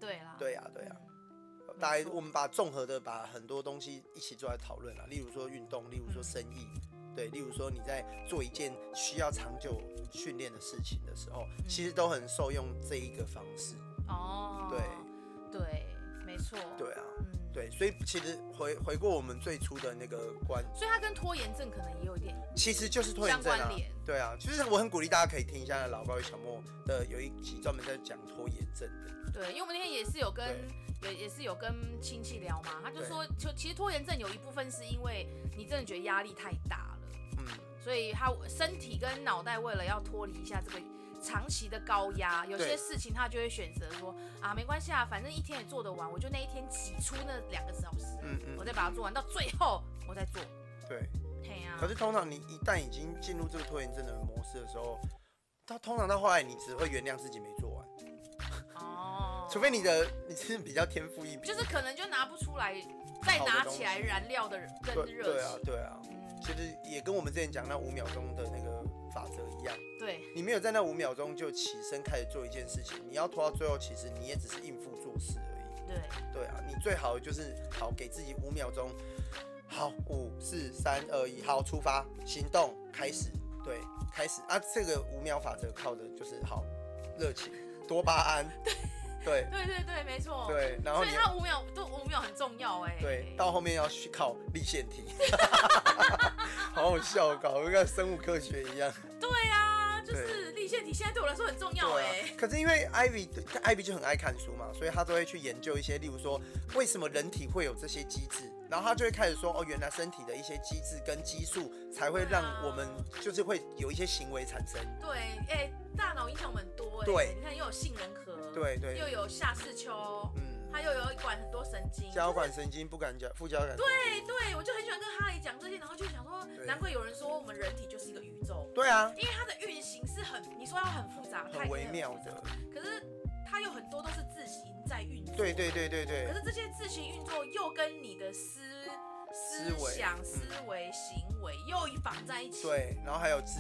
Speaker 2: 对啦，
Speaker 1: 对啊，对啊。
Speaker 2: 嗯，
Speaker 1: 大
Speaker 2: 没
Speaker 1: 概
Speaker 2: 错
Speaker 1: 我们把综合的把很多东西一起做来讨论了，例如说运动，例如
Speaker 2: 嗯
Speaker 1: 说生意，对，例如说你在做一件需要长久训练的事情的时候，
Speaker 2: 嗯
Speaker 1: 其实都很受用这一个方式。
Speaker 2: 哦，
Speaker 1: 对
Speaker 2: 对，没错，
Speaker 1: 对啊，
Speaker 2: 嗯，
Speaker 1: 对，所以其实回回过我们最初的那个关，
Speaker 2: 所以它跟拖延症可能也有一点
Speaker 1: 其实就是拖延症
Speaker 2: 相
Speaker 1: 啊
Speaker 2: 关联。
Speaker 1: 对啊，其实我很鼓励大家可以听一下老高与小莫的有一集专门在讲拖延症的。
Speaker 2: 对，因为我们那天也是有跟也也是有跟亲戚聊嘛，他就
Speaker 1: 对
Speaker 2: 说，就其实拖延症有一部分是因为你真的觉得压力太大了，
Speaker 1: 嗯，
Speaker 2: 所以他身体跟脑袋为了要脱离一下这个。长期的高压，有些
Speaker 1: 对
Speaker 2: 事情他就会选择说啊，没关系啊，反正一天也做得完，我就那一天挤出那两个小时，
Speaker 1: 嗯嗯
Speaker 2: 我再把它做完，到最后我再做。
Speaker 1: 对。
Speaker 2: 嘿呀、
Speaker 1: 可是通常你一旦已经进入这个拖延症的模式的时候，到通常到后来，你只会原谅自己没做完，
Speaker 2: 哦，
Speaker 1: 除非你的你是比较天赋异禀，
Speaker 2: 就是可能就拿不出来，再
Speaker 1: 好的
Speaker 2: 拿
Speaker 1: 东
Speaker 2: 起来
Speaker 1: 西
Speaker 2: 燃料的人跟
Speaker 1: 对
Speaker 2: 热
Speaker 1: 对啊
Speaker 2: 情，
Speaker 1: 对啊，
Speaker 2: 嗯，
Speaker 1: 其实也跟我们之前讲那五秒钟的那个法则一样，
Speaker 2: 对，
Speaker 1: 你没有在那五秒钟就起身开始做一件事情，你要拖到最后，其实你也只是应付做事而已。
Speaker 2: 对，
Speaker 1: 对啊，你最好就是好给自己五秒钟，好，五四三二一，好，出发，行动，开始，对，开始啊，这个五秒法则靠的就是好热情、多巴胺，对
Speaker 2: 对对对，没错，
Speaker 1: 对，然后
Speaker 2: 所
Speaker 1: 你
Speaker 2: 以他五秒都五秒很重要哎，
Speaker 1: 对到后面要去靠立线体， 好好笑，搞得跟生物科学一样，
Speaker 2: 对啊，就是立腺体现在对我来说很重要
Speaker 1: 对
Speaker 2: 哎
Speaker 1: 啊，。可是因为 Ivy Ivy 就很爱看书嘛，所以他都会去研究一些，例如说为什么人体会有这些机制，然后他就会开始说，哦，原来身体的一些机制跟激素才会让我们就是会有一些行为产生。
Speaker 2: 对，哎、大脑影响我们很多哎、
Speaker 1: 对
Speaker 2: 你看又有杏仁核，，
Speaker 1: 对对，
Speaker 2: 又有下视丘，
Speaker 1: 嗯，
Speaker 2: 它又有管很多神经。
Speaker 1: 交感神经不敢讲，副交感神经。
Speaker 2: 对对，我就很喜欢跟哈利讲这些，然后就想说，
Speaker 1: 对
Speaker 2: 难怪有人说我们人体就是一个宇宙，
Speaker 1: 对啊，
Speaker 2: 因为它的运行是很，你说它很复杂，它
Speaker 1: 很
Speaker 2: 也
Speaker 1: 微
Speaker 2: 很
Speaker 1: 妙
Speaker 2: 复杂
Speaker 1: 的。
Speaker 2: 可是它有很多都是自行在运作，
Speaker 1: 对对。对对对
Speaker 2: 可是这些自行运作又跟你的思
Speaker 1: 思
Speaker 2: 思
Speaker 1: 维
Speaker 2: 想、
Speaker 1: 嗯
Speaker 2: 思维、行为又绑在一起，
Speaker 1: 对，然后还有肌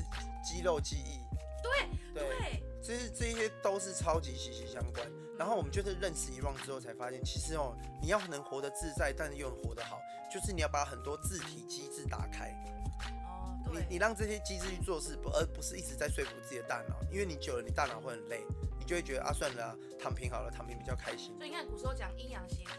Speaker 1: 肌肉记忆，
Speaker 2: 对
Speaker 1: 对，
Speaker 2: 对
Speaker 1: 其实这些都是超级息息相关。然后我们就是认识遗忘之后，才发现其实哦，你要能活得自在，但是又能活得好，就是你要把很多自体机制打开，
Speaker 2: 哦
Speaker 1: 你
Speaker 2: 对，
Speaker 1: 你让这些机制去做事，不而不是一直在说服自己的大脑，因为你久了你大脑会很累，你就会觉得啊算了啊躺平好了，躺平比较开心。
Speaker 2: 所以你看古时候讲阴阳协调。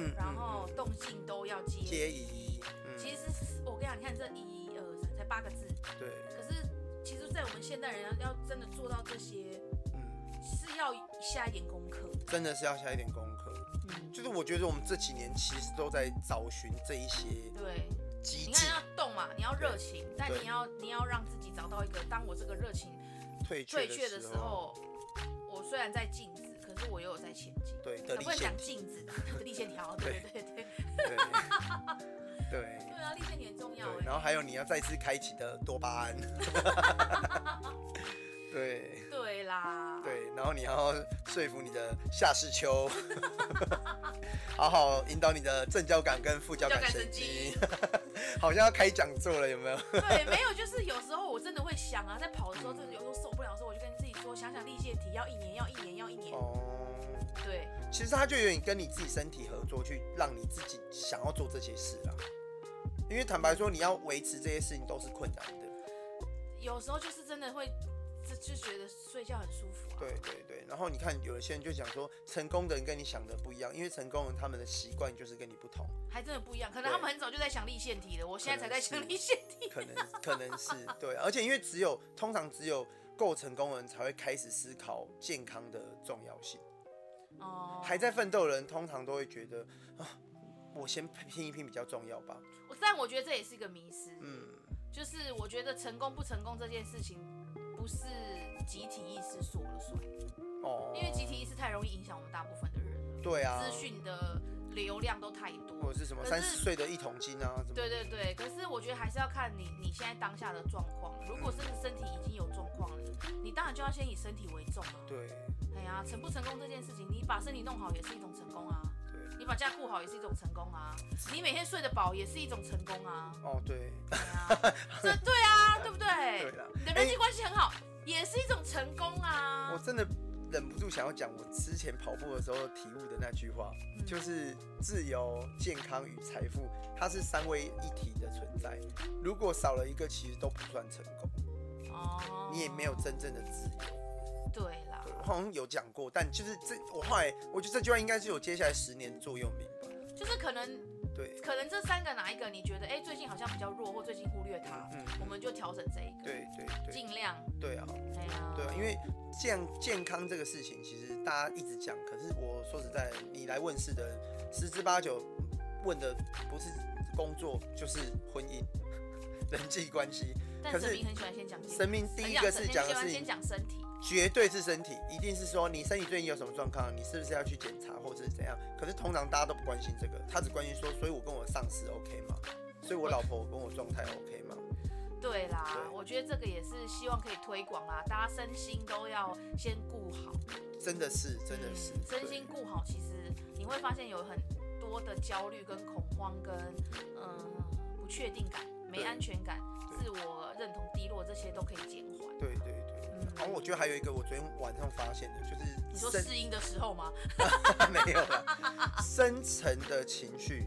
Speaker 1: 嗯，
Speaker 2: 然
Speaker 1: 嗯
Speaker 2: 后动静都要
Speaker 1: 嗯
Speaker 2: 接。
Speaker 1: 皆宜，
Speaker 2: 其
Speaker 1: 嗯，
Speaker 2: 实我跟你讲，你看这一二三才八个字，
Speaker 1: 对，
Speaker 2: 可是其实，在我们现代人要要真的做到这些，
Speaker 1: 嗯，
Speaker 2: 是要下一点功课的。
Speaker 1: 真的是要下一点功课。
Speaker 2: 嗯，
Speaker 1: 就是我觉得我们这几年其实都在找寻这一些
Speaker 2: 对，
Speaker 1: 机
Speaker 2: 你
Speaker 1: 制
Speaker 2: 看，要动嘛，你要热情，但
Speaker 1: 对
Speaker 2: 你要你要让自己找到一个，当我这个热情
Speaker 1: 退
Speaker 2: 退
Speaker 1: 却
Speaker 2: 却
Speaker 1: 的
Speaker 2: 的
Speaker 1: 时
Speaker 2: 时
Speaker 1: 候，
Speaker 2: 候，我虽然在静止，可是我又有在前进。
Speaker 1: 对的
Speaker 2: 啊
Speaker 1: 立
Speaker 2: 不能
Speaker 1: 线
Speaker 2: 讲
Speaker 1: 体，
Speaker 2: 静止， 立线条，对对对对，
Speaker 1: 对，对。
Speaker 2: 对啊，立线条很重要
Speaker 1: 对，然后
Speaker 2: 哎。
Speaker 1: 还有你要再次开启的多巴 胺，对
Speaker 2: 对啦，
Speaker 1: 对，然后你要说服你的夏世 秋，好好引导你的正交感跟副交
Speaker 2: 交
Speaker 1: 感
Speaker 2: 感
Speaker 1: 神
Speaker 2: 神
Speaker 1: 经，好像要开讲座了，有没有？
Speaker 2: 对，没有，就是有时候我真的会想啊，在跑的时候，真的有时候受不了的时候，我就跟自己说，想想立线体要一年，要一年，要一年。
Speaker 1: 哦，
Speaker 2: 对，
Speaker 1: 其实它就有点跟你自己身体合作，去让你自己想要做这些事啦。因为坦白说，你要维持这些事情都是困难的。
Speaker 2: 有时候就是真的会，就就觉得睡觉很舒服啊。
Speaker 1: 对对对，然后你看，有一些人就讲说，成功的人跟你想的不一样，因为成功人他们的习惯就是跟你不同，
Speaker 2: 还真的不一样，可能他们很早就在想立线体了，我现在才在
Speaker 1: 可能
Speaker 2: 想
Speaker 1: 是
Speaker 2: 立线体。
Speaker 1: 可能可能是对，啊而且因为只有通常只有够成功的人才会开始思考健康的重要性，
Speaker 2: 哦，
Speaker 1: 还在奋斗的人通常都会觉得啊，我先拼一拼比较重要吧，
Speaker 2: 我，但我觉得这也是一个迷失，
Speaker 1: 嗯，
Speaker 2: 就是我觉得成功不成功这件事情，不是集体意识说了算，
Speaker 1: 哦，
Speaker 2: 因为集体意识太容易影响我们大部分的人了，
Speaker 1: 对啊，
Speaker 2: 资讯的流量都太多，
Speaker 1: 或者是什么
Speaker 2: 可
Speaker 1: 三
Speaker 2: 是
Speaker 1: 十岁的一桶金啊，什么
Speaker 2: 对对对，可是我觉得还是要看你你现在当下的状况。如果是身体已经有状况了，你当然就要先以身体为重啊。
Speaker 1: 对
Speaker 2: 哎呀，成不成功这件事情，你把身体弄好也是一种成功啊，
Speaker 1: 对
Speaker 2: 你把家顾好也是一种成功啊，你每天睡得饱也是一种成功 啊。
Speaker 1: 哦对
Speaker 2: 对啊，这对啊，对不
Speaker 1: 对
Speaker 2: 对？
Speaker 1: 啦，
Speaker 2: 你的人际关系很好也是一种成功啊
Speaker 1: 我。真的忍不住想要讲我之前跑步的时候体悟的那句话，
Speaker 2: 嗯
Speaker 1: 就是自由、健康与财富，它是三位一体的存在。如果少了一个，其实都不算成功，
Speaker 2: 哦
Speaker 1: 你也没有真正的自由。
Speaker 2: 对啦，
Speaker 1: 我好像有讲过，但就是这我后来我觉得这句话应该是有接下来十年座右铭吧。
Speaker 2: 就是可能
Speaker 1: 对，
Speaker 2: 可能这三个哪一个你觉得哎最近好像比较弱，或最近忽略它，
Speaker 1: 嗯，
Speaker 2: 我们就调整这一个。
Speaker 1: 对对对
Speaker 2: 尽量，
Speaker 1: 对啊，
Speaker 2: 哎呀，
Speaker 1: 对啊，因为健健康这个事情，其实大家一直讲，可是我说实在，你来问事的人，十之八九问的不是工作就是婚姻、 人际关系，可
Speaker 2: 但
Speaker 1: 是
Speaker 2: 神明很喜欢先讲健康
Speaker 1: 生命第一个是讲的
Speaker 2: 很喜欢
Speaker 1: 是
Speaker 2: 先讲身体，
Speaker 1: 绝对是身体，一定是说你身体最近有什么状况，你是不是要去检查或者是怎样？可是通常大家都不关心这个，他只关心说，所以我跟我上司 OK 吗？所以我老婆我跟我状态 OK 吗？
Speaker 2: 对啦，
Speaker 1: 对
Speaker 2: 我觉得这个也是希望可以推广啦，大家身心都要先顾好，
Speaker 1: 真的是，真的是
Speaker 2: 嗯，身心顾好，其实你会发现有很多的焦虑、跟恐慌、跟嗯、不确定感、没
Speaker 1: 对
Speaker 2: 安全感、
Speaker 1: 对
Speaker 2: 自我认同低落，这些都可以减缓。
Speaker 1: 对对对对。
Speaker 2: 嗯
Speaker 1: 然后我觉得还有一个，我昨天晚上发现的，
Speaker 2: 你
Speaker 1: 就是
Speaker 2: 说
Speaker 1: 深
Speaker 2: 试音的时候吗？
Speaker 1: 没有了，深层的情绪。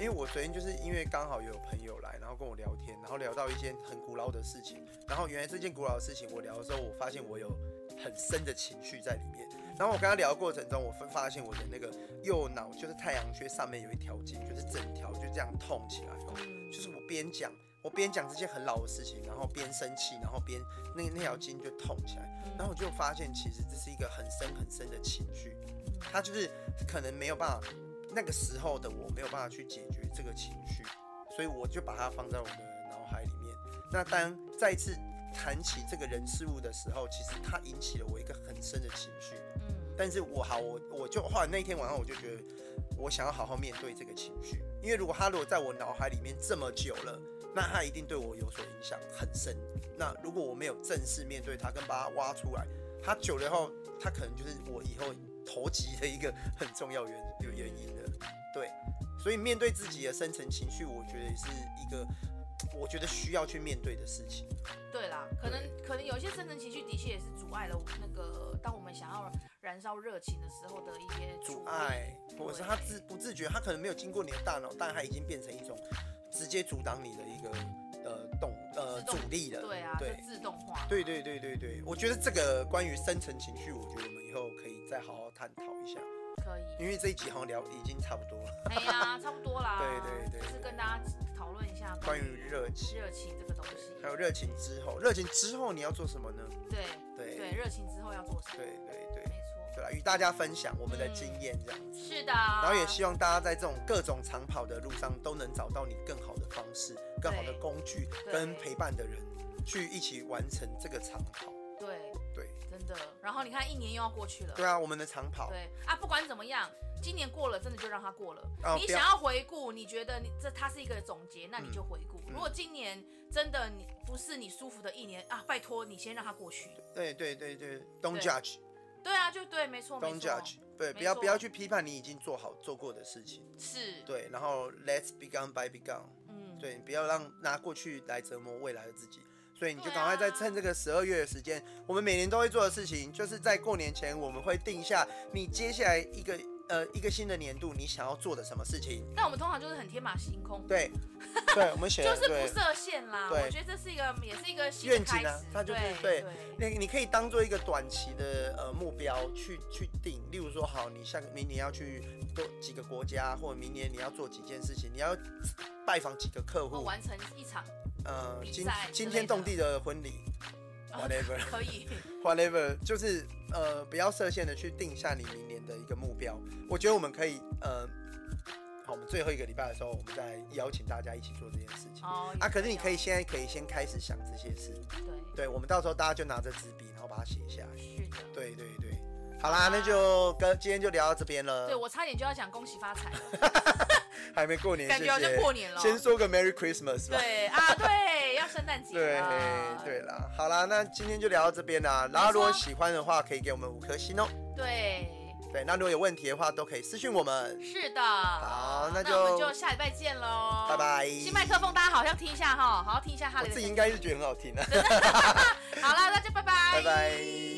Speaker 1: 因为我昨天就是因为刚好有朋友来，然后跟我聊天，然后聊到一件很古老的事情，然后原来这件古老的事情，我聊的时候，我发现我有很深的情绪在里面。然后我跟他聊的过程中，我分发现我的那个右脑就是太阳穴上面有一条筋，就是整条就这样痛起来，哦
Speaker 2: 嗯
Speaker 1: 就是我边讲。我边讲这些很老的事情，然后边生气，然后边那那条筋就痛起来，然后我就发现其实这是一个很深很深的情绪，他就是可能没有办法，那个时候的我没有办法去解决这个情绪，所以我就把它放在我的脑海里面。那当再次谈起这个人事物的时候，其实它引起了我一个很深的情绪。
Speaker 2: 嗯
Speaker 1: 但是我好，我我就后来那一天晚上我就觉得，我想要好好面对这个情绪，因为如果它如果在我脑海里面这么久了，那它一定对我有所影响很深。那如果我没有正式面对它，跟把它挖出来，它久了后，它可能就是我以后投机的一个很重要原有原因的。对，所以面对自己的深层情绪，我觉得也是一个我觉得需要去面对的事情。
Speaker 2: 对啦，可能可能有一些深层情绪的确也是阻碍了我那个，当我们想要燃烧热情的时候的一些
Speaker 1: 阻
Speaker 2: 力
Speaker 1: 碍，或者是他
Speaker 2: 对
Speaker 1: 自不自觉，他可能没有经过你的大脑，但他已经变成一种直接阻挡你的一个呃动呃
Speaker 2: 自
Speaker 1: 阻
Speaker 2: 动
Speaker 1: 力了。
Speaker 2: 对啊，
Speaker 1: 对
Speaker 2: 是自动化。
Speaker 1: 对对对对对，我觉得这个关于深层情绪，我觉得我们以后可以再好好探讨一下，
Speaker 2: 可以。
Speaker 1: 因为这一集好像聊已经差不多了，
Speaker 2: 哎呀，差不多啦。
Speaker 1: 对对对
Speaker 2: 就是跟大家讨论一下
Speaker 1: 关于热情，
Speaker 2: 热情这个东西。
Speaker 1: 还有热情之后，热情之后你要做什么呢？
Speaker 2: 对
Speaker 1: 对
Speaker 2: 对，热情之后要做什
Speaker 1: 对
Speaker 2: 么？
Speaker 1: 对对
Speaker 2: 没错。
Speaker 1: 对啦，与大家分享我们的经验这样子。
Speaker 2: 是的。
Speaker 1: 然
Speaker 2: 然
Speaker 1: 后也希望大家在这种各种长跑的路上，都能找到你更好的方式、更好的工具
Speaker 2: 对
Speaker 1: 跟陪伴的人，去一起完成这个长跑。
Speaker 2: 对，
Speaker 1: 对，
Speaker 2: 真的。然后你看，一年又要过去了。
Speaker 1: 对啊，我们的长跑，
Speaker 2: 对啊，不管怎么样，今年过了，真的就让它过了。
Speaker 1: 啊
Speaker 2: 你
Speaker 1: 不要
Speaker 2: 想要回顾，你觉得你这它是一个总结，那你就回顾。
Speaker 1: 嗯
Speaker 2: 如果今年真的你不是你舒服的一年啊，拜托你先让它过去。
Speaker 1: 对对对对，Don't
Speaker 2: 对
Speaker 1: judge，Don't
Speaker 2: 对啊，就对，没错，没错，
Speaker 1: judge，对，
Speaker 2: 没
Speaker 1: 不要
Speaker 2: 错
Speaker 1: 不要去批判你已经做好做过的事情，
Speaker 2: 是，
Speaker 1: 对，然后 Let's begin by begin，
Speaker 2: 嗯，
Speaker 1: 对，不要让拿过去来折磨未来的自己。所以你就
Speaker 2: 对
Speaker 1: 赶快在
Speaker 2: 啊
Speaker 1: 趁这个十二月的时间，我们每年都会做的事情，就是在过年前我们会定下你接下来一个呃一个新的年度你想要做的什么事情。
Speaker 2: 但我们通常就是很天马行空，，
Speaker 1: 对，对，我们选
Speaker 2: 就是
Speaker 1: 对
Speaker 2: 不设限啦。
Speaker 1: 对
Speaker 2: 我觉得这是一个，也是一个新
Speaker 1: 愿
Speaker 2: 的
Speaker 1: 景
Speaker 2: 开
Speaker 1: 啊
Speaker 2: 始，
Speaker 1: 它就是对
Speaker 2: 对
Speaker 1: 那你可以当做一个短期的呃目标去去定，例如说，好，你下个明年要去多几个国家，或者明年你要做几件事情，你要拜访几个客
Speaker 2: 或
Speaker 1: 户，
Speaker 2: 完成一场
Speaker 1: 呃，
Speaker 2: 哦比
Speaker 1: 惊
Speaker 2: 赛之
Speaker 1: 惊
Speaker 2: 类
Speaker 1: 天
Speaker 2: 的
Speaker 1: 动地的婚礼
Speaker 2: 啊
Speaker 1: ，whatever
Speaker 2: 可以，
Speaker 1: whatever，就是呃不要设限的去定下你明年的一个目标。我觉得我们可以呃，好，我们最后一个礼拜的时候，我们再邀请大家一起做这件事情。
Speaker 2: 哦，
Speaker 1: 啊，可是你可以
Speaker 2: 以，
Speaker 1: 现在可以先开始想这些事。
Speaker 2: 对，
Speaker 1: 对，我们到时候大家就拿着纸笔，然后把它写下来。
Speaker 2: 是的。
Speaker 1: 对对对，好啦，那就跟今天就聊到这边了。
Speaker 2: 对，我差点就要讲恭喜发财了，
Speaker 1: 还没过年，
Speaker 2: 感觉好
Speaker 1: 谢
Speaker 2: 像
Speaker 1: 谢。
Speaker 2: 过年了。哦
Speaker 1: 先说个 Merry Christmas 吧。
Speaker 2: 对啊，对，啊要圣诞节
Speaker 1: 对
Speaker 2: 了
Speaker 1: 对啦，好啦，那今天就聊到这边啦。然后如果喜欢的话，可以给我们五颗星哦。
Speaker 2: 对，
Speaker 1: 对，那如果有问题的话，都可以私信我们。
Speaker 2: 是的。
Speaker 1: 好那
Speaker 2: 那
Speaker 1: 就
Speaker 2: 我们就下礼拜见喽，
Speaker 1: 拜拜
Speaker 2: 新麦克风啊大家好像听一下哈，好好听一下哈
Speaker 1: 我
Speaker 2: 雷的
Speaker 1: 自己应
Speaker 2: 声音。
Speaker 1: 该是觉得很好听的、
Speaker 2: 好了，那就拜拜，
Speaker 1: 拜拜。